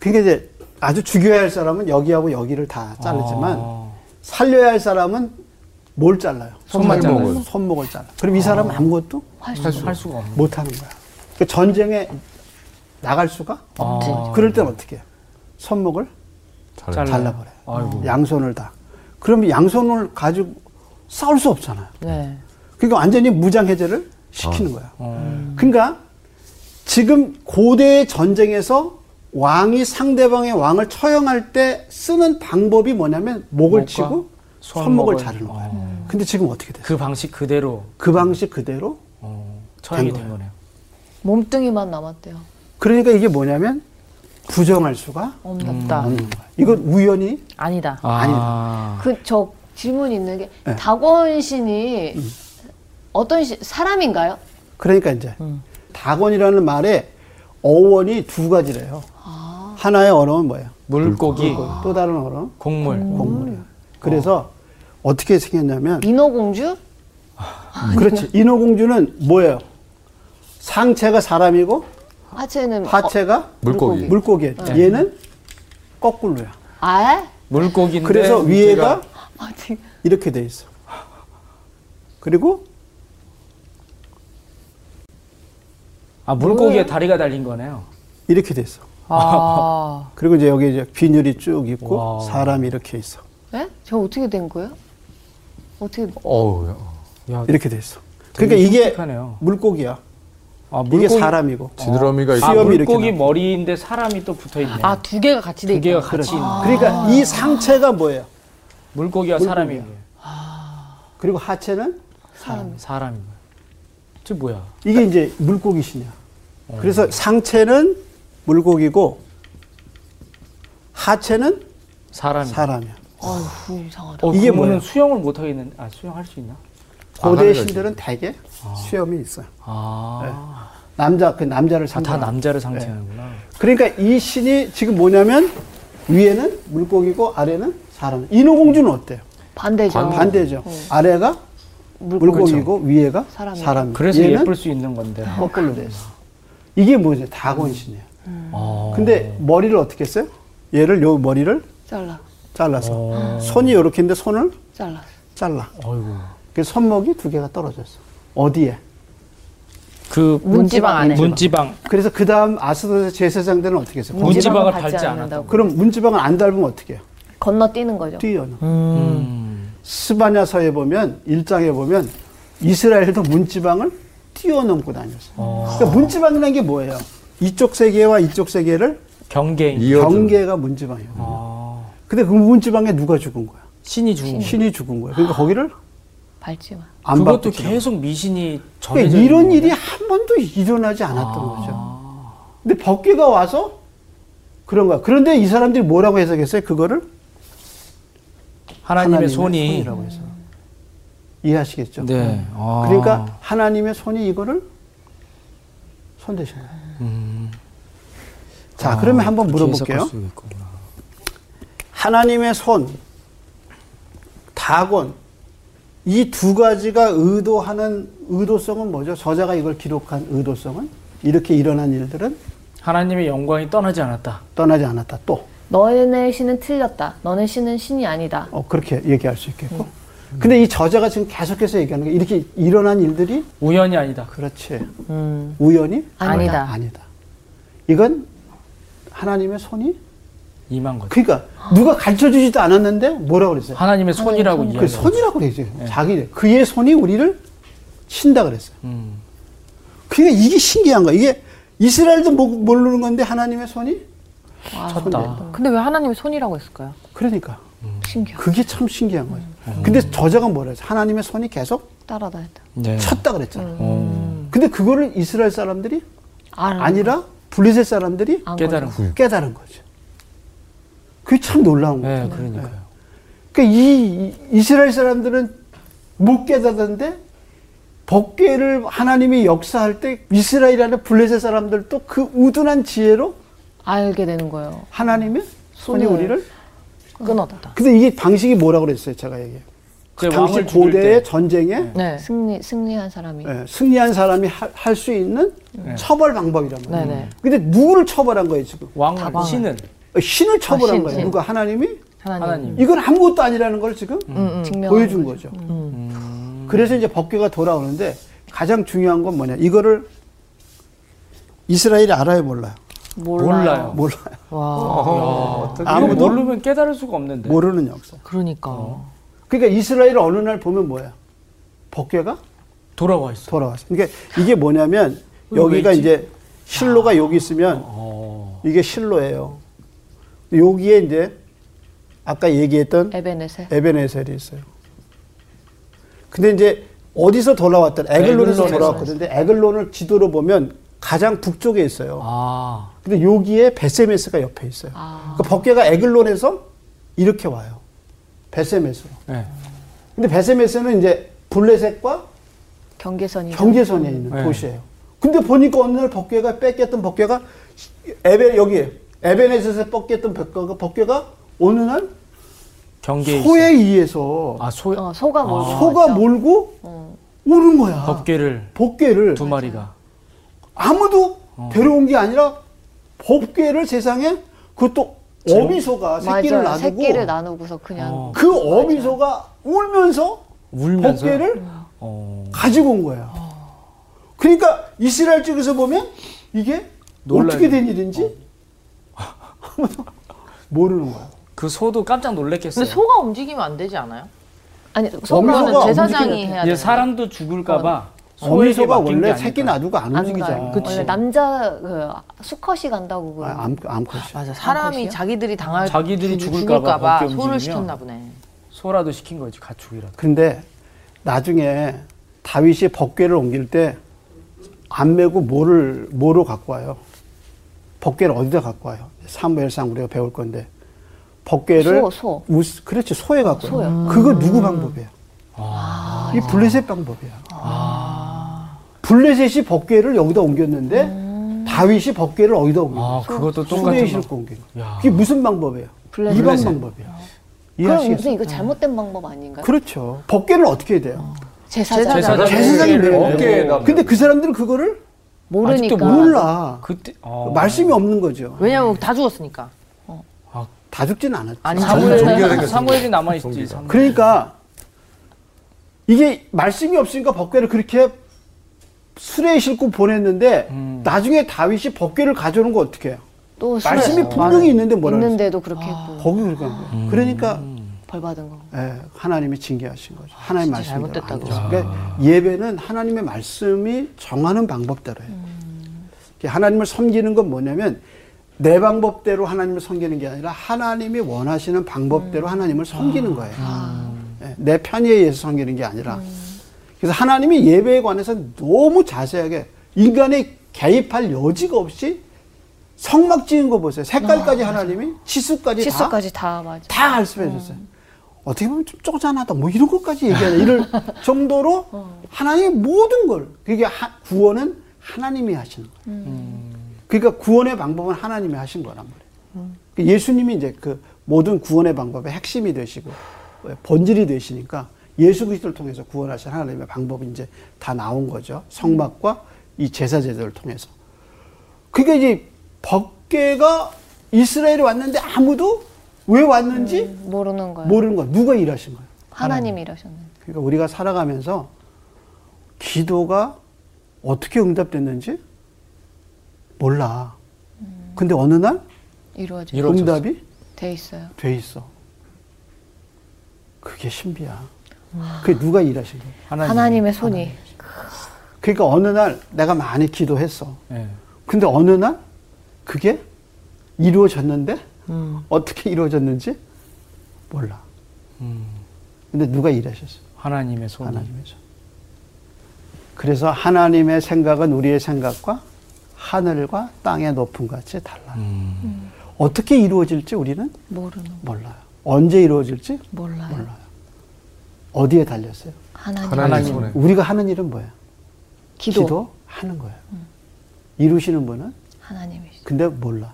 Speaker 5: 그러니까 이제 아주 죽여야 할 사람은 여기하고 여기를 다 자르지만
Speaker 3: 아.
Speaker 5: 살려야 할 사람은 뭘 잘라요?
Speaker 3: 손만
Speaker 2: 잘라요.
Speaker 5: 손목을. 손목을 잘라. 그럼 이 사람은 아무것도
Speaker 2: 할 수가
Speaker 3: 할 수가 없네.
Speaker 5: 못 하는 거야. 그 전쟁에 나갈 수가 없지.
Speaker 3: 아.
Speaker 5: 그럴 땐 어떻게 해요? 손목을
Speaker 2: 잘라.
Speaker 3: 잘라.
Speaker 5: 잘라버려요.
Speaker 3: 아이고.
Speaker 5: 양손을 다. 그러면 양손을 가지고 싸울 수 없잖아요.
Speaker 4: 네.
Speaker 5: 그러니까 완전히 무장해제를 시키는 거야.
Speaker 3: 어.
Speaker 5: 그러니까 지금 고대의 전쟁에서 왕이 상대방의 왕을 처형할 때 쓰는 방법이 뭐냐면 목을
Speaker 3: 목과
Speaker 5: 치고 손목을
Speaker 3: 손목을
Speaker 5: 자르는 거야.
Speaker 3: 어.
Speaker 5: 근데 지금 어떻게 됐어?
Speaker 3: 그 방식 그대로
Speaker 5: 그 방식 그대로
Speaker 3: 어, 처형이
Speaker 5: 된
Speaker 3: 된 거네요.
Speaker 1: 몸뚱이만 남았대요.
Speaker 5: 그러니까 이게 뭐냐면 부정할 수가
Speaker 4: 없다.
Speaker 5: 없는 거야. 이건 우연히
Speaker 4: 아니다.
Speaker 3: 아.
Speaker 1: 그 저 질문 있는 게
Speaker 5: 네.
Speaker 1: 다곤 신이
Speaker 3: 음.
Speaker 1: 어떤 시, 사람인가요?
Speaker 5: 그러니까 이제 다곤이라는 말에 어원이 두 가지래요. 하나의 언어는 뭐예요?
Speaker 3: 물고기,
Speaker 5: 또 다른 언어는
Speaker 3: 곡물.
Speaker 5: 곡물이에요. 그래서 어떻게 생겼냐면
Speaker 1: 민호공주?
Speaker 5: 그렇지 인어공주는 뭐예요? 상체가 사람이고
Speaker 1: 하체는
Speaker 5: 하체가
Speaker 2: 물고기.
Speaker 5: 물고기예요. 얘는 거꾸로야.
Speaker 1: 어, 아?
Speaker 3: 물고기인데
Speaker 5: 그래서 위에가
Speaker 1: 아, 되게-
Speaker 5: 이렇게 돼 있어. 그리고
Speaker 3: 아 물고기에
Speaker 5: 음.
Speaker 3: 다리가 달린 거네요.
Speaker 5: 이렇게 돼 있어.
Speaker 4: 아.
Speaker 5: 그리고 이제 여기 이제 비늘이 쭉 있고
Speaker 3: 와.
Speaker 5: 사람이 이렇게 있어.
Speaker 1: 에? 예? 저 어떻게 된 거예요? 어떻게 뭐,
Speaker 2: 어우.
Speaker 3: 야,
Speaker 5: 이렇게 돼 있어.
Speaker 3: 되게
Speaker 5: 그러니까 이게
Speaker 3: 흉측하네요.
Speaker 5: 물고기야.
Speaker 3: 아,
Speaker 5: 이게 사람이고.
Speaker 2: 지느러미가
Speaker 3: 아,
Speaker 2: 있고
Speaker 5: 수염이 이렇게
Speaker 3: 물고기
Speaker 5: 나와.
Speaker 3: 머리인데 사람이 또 붙어 있네.
Speaker 4: 아, 두 개가 같이 돼
Speaker 3: 두 개가
Speaker 4: 있다.
Speaker 3: 같이 아. 있는. 거.
Speaker 5: 그러니까 이 상체가 뭐예요?
Speaker 3: 물고기와 사람이
Speaker 5: 그리고 하체는
Speaker 3: 사람 사람인 거야. 저 뭐야?
Speaker 5: 이게 이제 물고기 신이야.
Speaker 3: 어.
Speaker 5: 그래서 상체는 물고기고 하체는
Speaker 3: 사람이.
Speaker 5: 사람이야.
Speaker 1: 어휴 이상하다.
Speaker 3: 어,
Speaker 5: 이게
Speaker 3: 이게 뭐는
Speaker 5: 뭐예요?
Speaker 3: 수영을 못 하겠는. 아 수영할 수 있나?
Speaker 5: 고대
Speaker 2: 아가미가
Speaker 5: 신들은 대개 수염이 있어요.
Speaker 3: 아,
Speaker 5: 남자 그 남자를
Speaker 3: 아, 다
Speaker 5: 상징하는.
Speaker 3: 남자를 상징하는구나.
Speaker 5: 그러니까 이 신이 지금 뭐냐면 위에는 물고기고 아래는 사람. 인어공주는 어때요?
Speaker 1: 반대죠.
Speaker 5: 반대죠. 아래가 물고기고 위에가
Speaker 1: 사람이야.
Speaker 5: 사람.
Speaker 3: 그래서
Speaker 5: 얘는
Speaker 3: 예쁠 수 있는 건데.
Speaker 5: 거꾸로 돼 있어. 이게 뭐죠? 다곤신이에요.
Speaker 3: 아.
Speaker 5: 근데 머리를 어떻게 했어요? 얘를 요 머리를
Speaker 1: 잘라,
Speaker 3: 어.
Speaker 5: 잘라서 손이 이렇게 있는데 손을
Speaker 1: 잘라.
Speaker 5: 잘라.
Speaker 3: 어이구.
Speaker 5: 그 손목이 두 개가 떨어졌어. 어디에?
Speaker 3: 그
Speaker 4: 문지방 안에.
Speaker 3: 문지방
Speaker 5: 그래서 그 다음 아스도스 제사장들은 어떻게 했어요?
Speaker 3: 문- 문지방을
Speaker 1: 받지
Speaker 3: 밟지
Speaker 1: 않는다고.
Speaker 5: 그럼 문지방을 안 닮으면 어떻게 해요?
Speaker 1: 건너뛰는 거죠.
Speaker 5: 뛰어요.
Speaker 3: 음.
Speaker 5: 스바냐서에 보면 일장에 보면 이스라엘도 문지방을
Speaker 3: 어.
Speaker 5: 뛰어넘고 다녔어요. 그러니까 문지방이라는 게 뭐예요? 이쪽 세계와 이쪽 세계를
Speaker 3: 경계인
Speaker 2: 이어준.
Speaker 5: 경계가 문지방이에요.
Speaker 3: 아,
Speaker 5: 근데 그 문지방에 누가 죽은 거야?
Speaker 3: 신이 죽은 거
Speaker 5: 신이 죽은 거야. 그러니까 거기를
Speaker 1: 밟지 마.
Speaker 5: 안
Speaker 3: 그것도
Speaker 5: 받고
Speaker 3: 계속 미신이
Speaker 5: 그러니까
Speaker 3: 전해져 있는
Speaker 5: 이런
Speaker 3: 아.
Speaker 5: 일이
Speaker 3: 건데?
Speaker 5: 한 번도 일어나지 않았던 거죠. 근데 법계가 와서 그런 거야. 그런데 이 사람들이 뭐라고 해석했어요? 그거를
Speaker 3: 하나님의,
Speaker 5: 하나님의
Speaker 3: 손이
Speaker 5: 손이라고 해서 이해하시겠죠?
Speaker 3: 네. 아.
Speaker 5: 그러니까 하나님의 손이 이거를 손대신 거예요.
Speaker 3: 음.
Speaker 5: 자, 그러면 한번
Speaker 3: 아, 그렇게
Speaker 5: 물어볼게요.
Speaker 3: 해석할 수 있겠구나.
Speaker 5: 하나님의 손, 다곤 이 두 가지가 의도하는 의도성은 뭐죠? 저자가 이걸 기록한 의도성은 이렇게 일어난 일들은
Speaker 3: 하나님의 영광이 떠나지 않았다.
Speaker 5: 떠나지 않았다. 또
Speaker 1: 너네 신은 틀렸다. 너네 신은 신이 아니다.
Speaker 5: 어, 그렇게 얘기할 수 있겠고.
Speaker 3: 음.
Speaker 5: 근데 이 저자가 지금 계속해서 얘기하는 게 이렇게 일어난 일들이
Speaker 3: 우연이 아니다.
Speaker 5: 그렇지
Speaker 4: 음,
Speaker 5: 우연이
Speaker 4: 아니다.
Speaker 5: 아니다. 이건 하나님의 손이
Speaker 3: 임한 거죠.
Speaker 5: 그러니까 누가 가르쳐 주지도 않았는데 뭐라고 그랬어요?
Speaker 3: 하나님의 예. 손이라고 이야기.
Speaker 5: 그 손이라고 그랬죠. 자기 그의 손이 우리를 친다 그랬어요.
Speaker 3: 음.
Speaker 5: 그러니까 이게 신기한 거야. 이게 이스라엘도 모- 모르는 건데 하나님의 손이
Speaker 3: 쳤다.
Speaker 4: 근데 왜 하나님의 손이라고 했을까요?
Speaker 5: 그러니까
Speaker 1: 신기하다.
Speaker 5: 그게 참 신기한 거죠.
Speaker 3: 음.
Speaker 5: 근데 저자가 뭐라 했어? 하나님의 손이 계속
Speaker 1: 따라다녔다.
Speaker 3: 네.
Speaker 5: 쳤다 그랬잖아. 요
Speaker 3: 어.
Speaker 5: 근데 그거를 이스라엘 사람들이
Speaker 1: 알아.
Speaker 5: 아니라 블리셋 사람들이
Speaker 1: 안
Speaker 3: 깨달은
Speaker 1: 걸려.
Speaker 3: 거.
Speaker 5: 깨달은 거죠. 그게 참 놀라운 거죠.
Speaker 3: 음. 네, 그러니까요.
Speaker 5: 그러니까 이 이- 이스라엘 사람들은 못 깨닫는데 법궤를 하나님이 역사할 때 이스라엘 안에 블레셋 사람들도 그 우둔한 지혜로
Speaker 1: 알게 되는 거예요.
Speaker 5: 하나님의 손이
Speaker 1: 손을.
Speaker 5: 우리를
Speaker 4: 끊었다.
Speaker 5: 근데 이게 방식이 뭐라고 그랬어요 제가 얘기해 그
Speaker 3: 이제
Speaker 5: 당시
Speaker 3: 왕을 죽일 때.
Speaker 5: 고대의 전쟁에
Speaker 4: 네.
Speaker 1: 승리 승리한 사람이 음,
Speaker 5: 예, 승리한 사람이 할 수 있는
Speaker 3: 네.
Speaker 5: 처벌 방법이란 말이에요
Speaker 4: 네네.
Speaker 5: 근데 누구를 처벌한 거예요 지금
Speaker 3: 왕을
Speaker 4: 다방을.
Speaker 3: 신은
Speaker 5: 신을 처벌한
Speaker 3: 아,
Speaker 4: 신,
Speaker 5: 거예요
Speaker 4: 신.
Speaker 5: 누가 하나님이
Speaker 4: 하나님.
Speaker 3: 하나님.
Speaker 5: 이건 아무것도 아니라는 걸 지금
Speaker 3: 음.
Speaker 1: 음. 증명
Speaker 5: 보여준 거죠. 음. 그래서 이제 법궤가 돌아오는데 가장 중요한 건 뭐냐? 이거를 이스라엘이 알아요, 몰라요?
Speaker 1: 몰라요.
Speaker 3: 몰라요.
Speaker 5: 몰라요.
Speaker 4: 와,
Speaker 2: 어, 어떻게
Speaker 5: 아무도
Speaker 3: 모르면 깨달을 수가 없는데.
Speaker 5: 모르는 역사.
Speaker 4: 그러니까.
Speaker 5: 그러니까 이스라엘 어느 날 보면 뭐야? 법궤가
Speaker 3: 돌아와 있어.
Speaker 5: 돌아왔어. 그러니까 이게 뭐냐면
Speaker 3: 왜
Speaker 5: 여기가
Speaker 3: 있지? 아.
Speaker 5: 이제 실로가 여기 있으면
Speaker 3: 어.
Speaker 5: 이게 실로예요. 여기에 이제 아까 얘기했던
Speaker 1: 에베네세.
Speaker 5: 에베네셀이 있어요. 근데 이제 어디서 돌아왔던
Speaker 3: 에글론에서.
Speaker 5: 에글론에서 돌아왔거든요. 에글론을 지도로 보면 가장 북쪽에 있어요.
Speaker 3: 아.
Speaker 5: 근데 여기에 베세메스가 옆에 있어요.
Speaker 1: 아.
Speaker 5: 그 법계가 에글론에서 이렇게 와요. 베세메스로.
Speaker 3: 네.
Speaker 5: 근데 베세메스는 이제 블레셋과
Speaker 1: 경계선이
Speaker 5: 경계선에 있는
Speaker 3: 네.
Speaker 5: 도시예요. 근데 보니까 어느 날 법계가 뺏겼던 법계가 에베 여기 에베네셋에서 뺏겼던 법계가 법계가 어느 날
Speaker 3: 경계.
Speaker 5: 소에 의해서
Speaker 3: 아 소.
Speaker 1: 어, 소가 몰고
Speaker 5: 소가
Speaker 1: 왔죠.
Speaker 5: 몰고
Speaker 1: 어.
Speaker 5: 오는 거야. 그렇죠.
Speaker 3: 법계를
Speaker 5: 법궤를
Speaker 3: 두 마리가. 어.
Speaker 5: 아무도 데려온 게 아니라 법궤를 세상에 그것도 어미소가 새끼를
Speaker 1: 맞아요.
Speaker 5: 놔두고
Speaker 1: 새끼를 나누고서 그냥
Speaker 3: 어.
Speaker 5: 그 어미소가 울면서
Speaker 3: 울면서.
Speaker 5: 법궤를
Speaker 3: 어.
Speaker 5: 가지고 온 거예요. 그러니까 이스라엘 쪽에서 보면 이게
Speaker 3: 놀라요.
Speaker 5: 어떻게 된 일인지
Speaker 3: 어.
Speaker 5: 아무도 모르는 거예요.
Speaker 3: 그 소도 깜짝 놀랬겠어요.
Speaker 4: 근데 소가 움직이면 안 되지 않아요?
Speaker 1: 아니
Speaker 5: 어미소가
Speaker 1: 소가
Speaker 4: 그거는
Speaker 5: 움직이면
Speaker 4: 제사장이 해야
Speaker 3: 이제
Speaker 4: 돼.
Speaker 3: 사람도 죽을까봐 소에게
Speaker 5: 어미소가
Speaker 3: 맡긴 게
Speaker 5: 원래
Speaker 3: 아닐까.
Speaker 5: 새끼 놔두고 안
Speaker 1: 안
Speaker 5: 움직이잖아.
Speaker 1: 가요.
Speaker 3: 그치.
Speaker 1: 원래 남자 그 수컷이 간다고 그러는
Speaker 5: 아, 암, 암컷이.
Speaker 4: 맞아. 사람이
Speaker 1: 암컷이요?
Speaker 4: 자기들이 당할
Speaker 3: 자기들이
Speaker 4: 죽-
Speaker 3: 죽을까 봐
Speaker 4: 죽을까 봐
Speaker 3: 어깨
Speaker 4: 소를
Speaker 3: 움직이면.
Speaker 4: 시켰나 보네.
Speaker 3: 소라도 시킨 거지 가축이라도.
Speaker 5: 근데 나중에 다윗이 법궤를 옮길 때 안 메고 뭐를 뭐로 갖고 와요? 법궤를 어디다 갖고 와요? 사무엘상 우리가 배울 건데 법궤를
Speaker 1: 소, 소.
Speaker 5: 우스- 그렇지 소에 갖고
Speaker 1: 소요.
Speaker 5: 와요. 그거 누구 방법이야?
Speaker 3: 아.
Speaker 5: 이 블레셋 방법이야. 블레셋이 법궤를 여기다 옮겼는데 다윗이 법궤를 어디다 옮긴 거야?
Speaker 3: 아 그것도
Speaker 5: 수레에
Speaker 3: 똑같은 거.
Speaker 5: 싣고 옮긴 거야.
Speaker 3: 야.
Speaker 5: 그게 무슨 방법이에요?
Speaker 1: 블레셋.
Speaker 5: 이방
Speaker 3: 블레셋.
Speaker 5: 방법이야.
Speaker 1: 그럼
Speaker 5: 이해하시겠어요? 네.
Speaker 1: 무슨 이거 잘못된 방법 아닌가요?
Speaker 5: 그렇죠. 법궤를 어떻게 해야 돼요?
Speaker 1: 제사장.
Speaker 3: 제사장.
Speaker 5: 그
Speaker 3: 네,
Speaker 5: 제사장이
Speaker 3: 어깨에다
Speaker 5: 매요.
Speaker 2: 어깨에다
Speaker 5: 근데 그 사람들은 그거를
Speaker 1: 모르니까.
Speaker 3: 아직도
Speaker 5: 몰라.
Speaker 3: 그때 어.
Speaker 5: 말씀이 없는 거죠.
Speaker 4: 왜냐면 다 죽었으니까.
Speaker 5: 다 죽진 않았죠.
Speaker 4: 아니
Speaker 2: 사무엘- 종교가 생겼어.
Speaker 3: 사무엘 사무엘이 남아 있지.
Speaker 2: 종교가.
Speaker 3: 사무엘.
Speaker 5: 그러니까 이게 말씀이 없으니까 법궤를 그렇게 수레에 싣고 보냈는데
Speaker 3: 음.
Speaker 5: 나중에 다윗이 법궤를 가져오는 거 어떻게 해요?
Speaker 1: 또 술을
Speaker 5: 말씀이 분명히 있는데 뭐라 그랬어요?
Speaker 1: 있는데도 그렇게 했고
Speaker 5: 거기 그렇게 한 거예요.
Speaker 3: 음.
Speaker 5: 그러니까
Speaker 1: 벌 받은 거.
Speaker 5: 예, 하나님이 징계하신 거죠. 하나님
Speaker 4: 아, 진짜
Speaker 5: 말씀대로
Speaker 4: 잘못됐다,
Speaker 5: 안
Speaker 4: 그거.
Speaker 5: 됐어요. 그러니까 예배는 하나님의
Speaker 4: 음.
Speaker 5: 말씀이 정하는 방법대로예요. 이게 하나님을 섬기는 건 뭐냐면 내 방법대로 하나님을 섬기는 게 아니라 하나님이 원하시는
Speaker 4: 음.
Speaker 5: 방법대로 하나님을
Speaker 4: 아.
Speaker 5: 섬기는 거예요. 예, 내 편의에 의해서 섬기는 게 아니라.
Speaker 4: 음.
Speaker 5: 그래서 하나님이 예배에 관해서 너무 자세하게 인간의 개입할 여지가 없이 성막 지은 거 보세요. 색깔까지
Speaker 4: 아,
Speaker 5: 하나님이 치수까지 다
Speaker 1: 치수까지 다 맞아.
Speaker 5: 다 말씀해줬어요. 어떻게 보면 좀 쪼잔하다, 뭐 이런 것까지 얘기하는 이럴 정도로
Speaker 1: 어.
Speaker 5: 하나님의 모든 걸, 그게 하- 구원은 하나님이 하시는 거예요.
Speaker 1: 음.
Speaker 5: 그러니까 구원의 방법은 하나님이 하신 거란 말이에요. 그 예수님이 이제 그 모든 구원의 방법의 핵심이 되시고 예, 본질이 되시니까 예수 그리스도를 통해서 구원하신 하나님의 방법이 이제 다 나온 거죠. 성막과 이 제사 제도를 통해서. 그게 이제 법계가 이스라엘에 왔는데 아무도 왜 왔는지
Speaker 1: 모르는 거예요.
Speaker 5: 모르는 거야. 누가 일하신 거야.
Speaker 1: 하나님이 이러셨는데.
Speaker 5: 그러니까 우리가 살아가면서 기도가 어떻게 응답됐는지 몰라. 근데 어느 날
Speaker 1: 이루어져
Speaker 3: 이루어졌어.
Speaker 5: 응답이
Speaker 1: 돼 있어요.
Speaker 5: 돼 있어. 그게 신비야. 그게 누가 일하신 거야.
Speaker 1: 하나님. 의 손이
Speaker 5: 그러니까 어느 날 내가 많이 기도했어.
Speaker 3: 예.
Speaker 5: 근데 어느 날 그게 이루어졌는데
Speaker 4: 음,
Speaker 5: 어떻게 이루어졌는지 몰라.
Speaker 3: 음,
Speaker 5: 근데 누가 일하셨어?
Speaker 3: 하나님의 손.
Speaker 5: 하나님에서. 그래서 하나님의 생각은 우리의 생각과 하늘과 땅의 높음 같이 달라. 어떻게 이루어질지 우리는
Speaker 1: 모르는 거
Speaker 5: 몰라요. 언제 이루어질지
Speaker 1: 몰라요.
Speaker 5: 몰라요. 어디에 달렸어요?
Speaker 1: 하나님.
Speaker 2: 하나님 손에.
Speaker 5: 우리가 하는 일은 뭐예요?
Speaker 1: 기도.
Speaker 5: 하는 거예요. 이루시는 분은
Speaker 1: 하나님이시죠.
Speaker 5: 근데 몰라.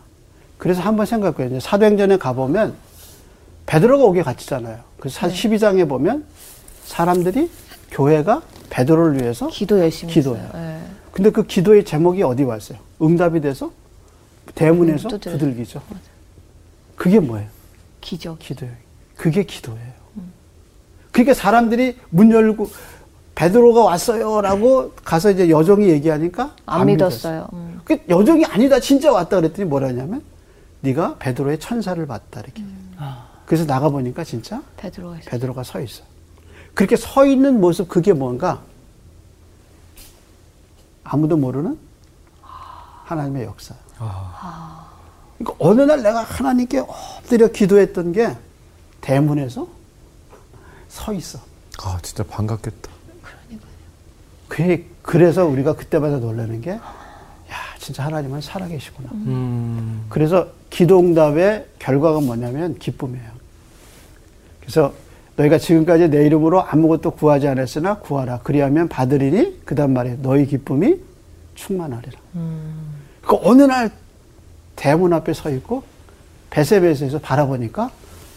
Speaker 5: 그래서 한번 생각해 보세요. 사도행전에 가보면 베드로가 오게 갔잖아요. 그래서 12장에 보면 사람들이 교회가 베드로를 위해서
Speaker 1: 기도 열심히
Speaker 5: 기도예요.
Speaker 1: 했어요. 예.
Speaker 5: 근데 그 기도의 제목이 어디 왔어요? 응답이 돼서 대문에서
Speaker 1: 음, 두들.
Speaker 5: 두들기죠. 그게 뭐예요?
Speaker 1: 기적.
Speaker 5: 기도예요. 그게 기도예요. 그러니까 사람들이 문 열고 베드로가 왔어요라고 가서 이제 여종이 얘기하니까
Speaker 1: 안, 믿었어요. 음.
Speaker 5: 그 여종이 아니다 진짜 왔다 그랬더니 뭐라냐면 네가 베드로의 천사를 봤다 이렇게.
Speaker 1: 음.
Speaker 5: 그래서 나가 보니까 진짜
Speaker 1: 베드로가 있어요.
Speaker 5: 베드로가 서 있어. 그렇게 서 있는 모습 그게 뭔가 아무도 모르는 하나님의 역사. 그러니까 어느 날 내가 하나님께 엎드려 기도했던 게 대문에서 서 있어.
Speaker 2: 아 진짜 반갑겠다.
Speaker 5: 그 그래서 우리가 그때마다 놀라는 게 야, 진짜 하나님은 살아계시구나.
Speaker 3: 음,
Speaker 5: 그래서 기도응답의 결과가 뭐냐면 기쁨이에요. 그래서 너희가 지금까지 내 이름으로 아무것도 구하지 않았으나 구하라. 그리하면 받으리니 그다음 말에 너희 기쁨이 충만하리라.
Speaker 4: 음,
Speaker 5: 그 어느 날 대문 앞에 서 있고 베세베스에서 바라보니까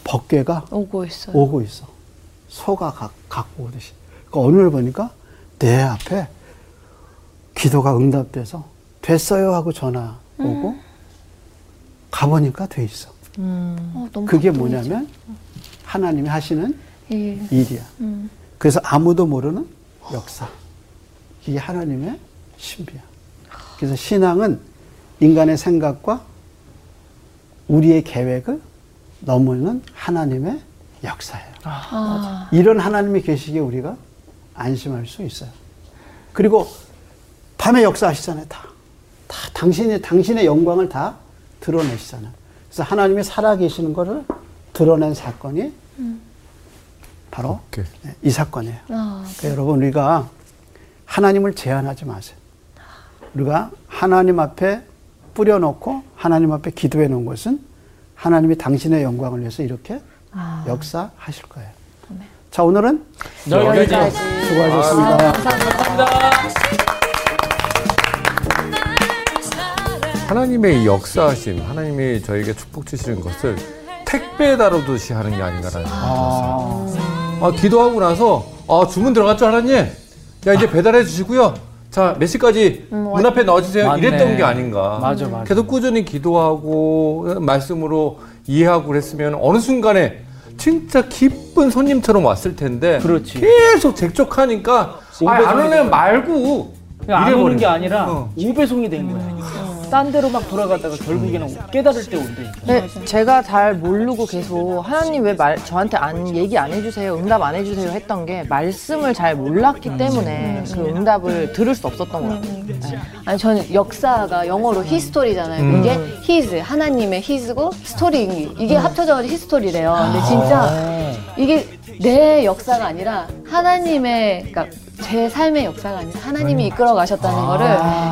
Speaker 5: 벗개가
Speaker 1: 오고 있어요.
Speaker 5: 오고 있어. 소가 가- 갖고 오듯이. 그 어느 날 보니까 내 앞에 기도가 응답돼서 됐어요 하고 전화 오고
Speaker 1: 음.
Speaker 5: 가보니까 돼 있어.
Speaker 4: 음.
Speaker 1: 어, 너무
Speaker 5: 그게
Speaker 1: 감동이죠.
Speaker 5: 뭐냐면 하나님이 하시는
Speaker 1: 예.
Speaker 5: 일이야.
Speaker 1: 음.
Speaker 5: 그래서 아무도 모르는 역사. 이게 하나님의 신비야. 그래서 신앙은 인간의 생각과 우리의 계획을 넘는 하나님의 역사예요.
Speaker 1: 아,
Speaker 5: 이런 하나님의 계시기에 우리가 안심할 수 있어요. 그리고 밤에 역사하시잖아요. 다. 다 당신의 당신의 영광을 다 드러내시잖아요. 그래서 하나님이 살아계시는 것을 드러낸 사건이 바로
Speaker 2: 오케이.
Speaker 5: 네, 이 사건이에요.
Speaker 1: 아,
Speaker 5: 그러니까 여러분 우리가 하나님을 제한하지 마세요. 우리가 하나님 앞에 뿌려놓고 하나님 앞에 기도해 놓은 것은 하나님이 당신의 영광을 위해서 이렇게 역사하실 거예요. 자 오늘은
Speaker 3: 여기까지.
Speaker 5: 수고하셨습니다.
Speaker 2: 하나님의 역사하심, 하나님이 저에게 축복 주시는 것을 택배 다루듯이 하는 게 아닌가라는 생각이 들었어요. 아, 기도하고 나서, 아, 주문 들어갈 줄 알았니? 야, 이제 배달해 주시고요. 자, 몇 시까지 문 앞에 넣어주세요.
Speaker 3: 맞네.
Speaker 2: 이랬던 게 아닌가.
Speaker 3: 맞아, 맞아.
Speaker 2: 계속 꾸준히 기도하고, 말씀으로 이해하고 그랬으면 어느 순간에 진짜 기쁜 손님처럼 왔을 텐데.
Speaker 3: 그렇지.
Speaker 2: 계속 zek적하니까, 아, 안 오면 말고.
Speaker 3: 안 오는
Speaker 2: 이래버리는
Speaker 3: 게 아니라
Speaker 2: 어.
Speaker 3: 우배송이 된 거야. 딴 데로 막 돌아가다가
Speaker 5: 음.
Speaker 3: 결국에는 깨달을 때 온다니까.
Speaker 4: 네, 제가 잘 모르고 계속 하나님 왜 말, 저한테 안 얘기 안 해주세요, 응답 안 해주세요 했던 게 말씀을 잘 몰랐기
Speaker 3: 음.
Speaker 4: 때문에 그 응답을 들을 수 없었던 것 같아요. 네.
Speaker 1: 아니 저는 역사가 영어로 히스토리잖아요. 이게 히즈 하나님의 히즈고 스토리 이게 합쳐져 가지고 히스토리래요. 근데 진짜 이게 내 역사가 아니라 하나님의 그러니까 제 삶의 역사가 아니라 하나님이 이끌어 가셨다는 거를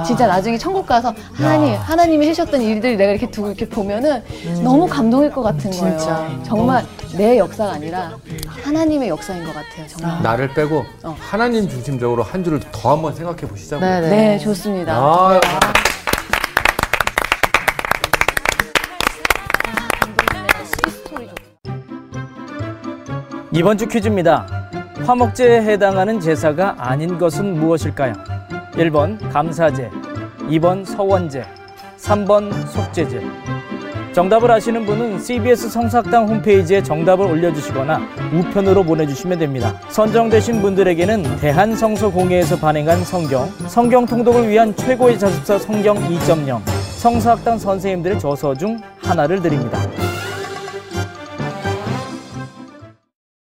Speaker 1: 진짜 나중에 천국 가서 하나님 하나님이 하셨던 일들이 내가 이렇게 두고 이렇게 보면은 너무 감동일 것 같은 거예요.
Speaker 4: 진짜.
Speaker 1: 정말 내 역사가 아니라 하나님의 역사인 것 같아요. 정말.
Speaker 2: 나를 빼고 하나님 중심적으로 한 주를 더 한번 생각해 보시자고요.
Speaker 4: 어. 네, 네.
Speaker 1: 네, 좋습니다.
Speaker 2: 아,
Speaker 3: 이번 주 퀴즈입니다. 화목제에 해당하는 제사가 아닌 것은 무엇일까요? 1번 감사제, 2번 서원제, 3번 속제제. 정답을 아시는 분은 CBS 성사학당 홈페이지에 정답을 올려주시거나 우편으로 보내주시면 됩니다. 선정되신 분들에게는 대한성서공회에서 발행한 성경, 성경 통독을 위한 최고의 자습서 성경 2.0, 성사학당 선생님들의 저서 중 하나를 드립니다.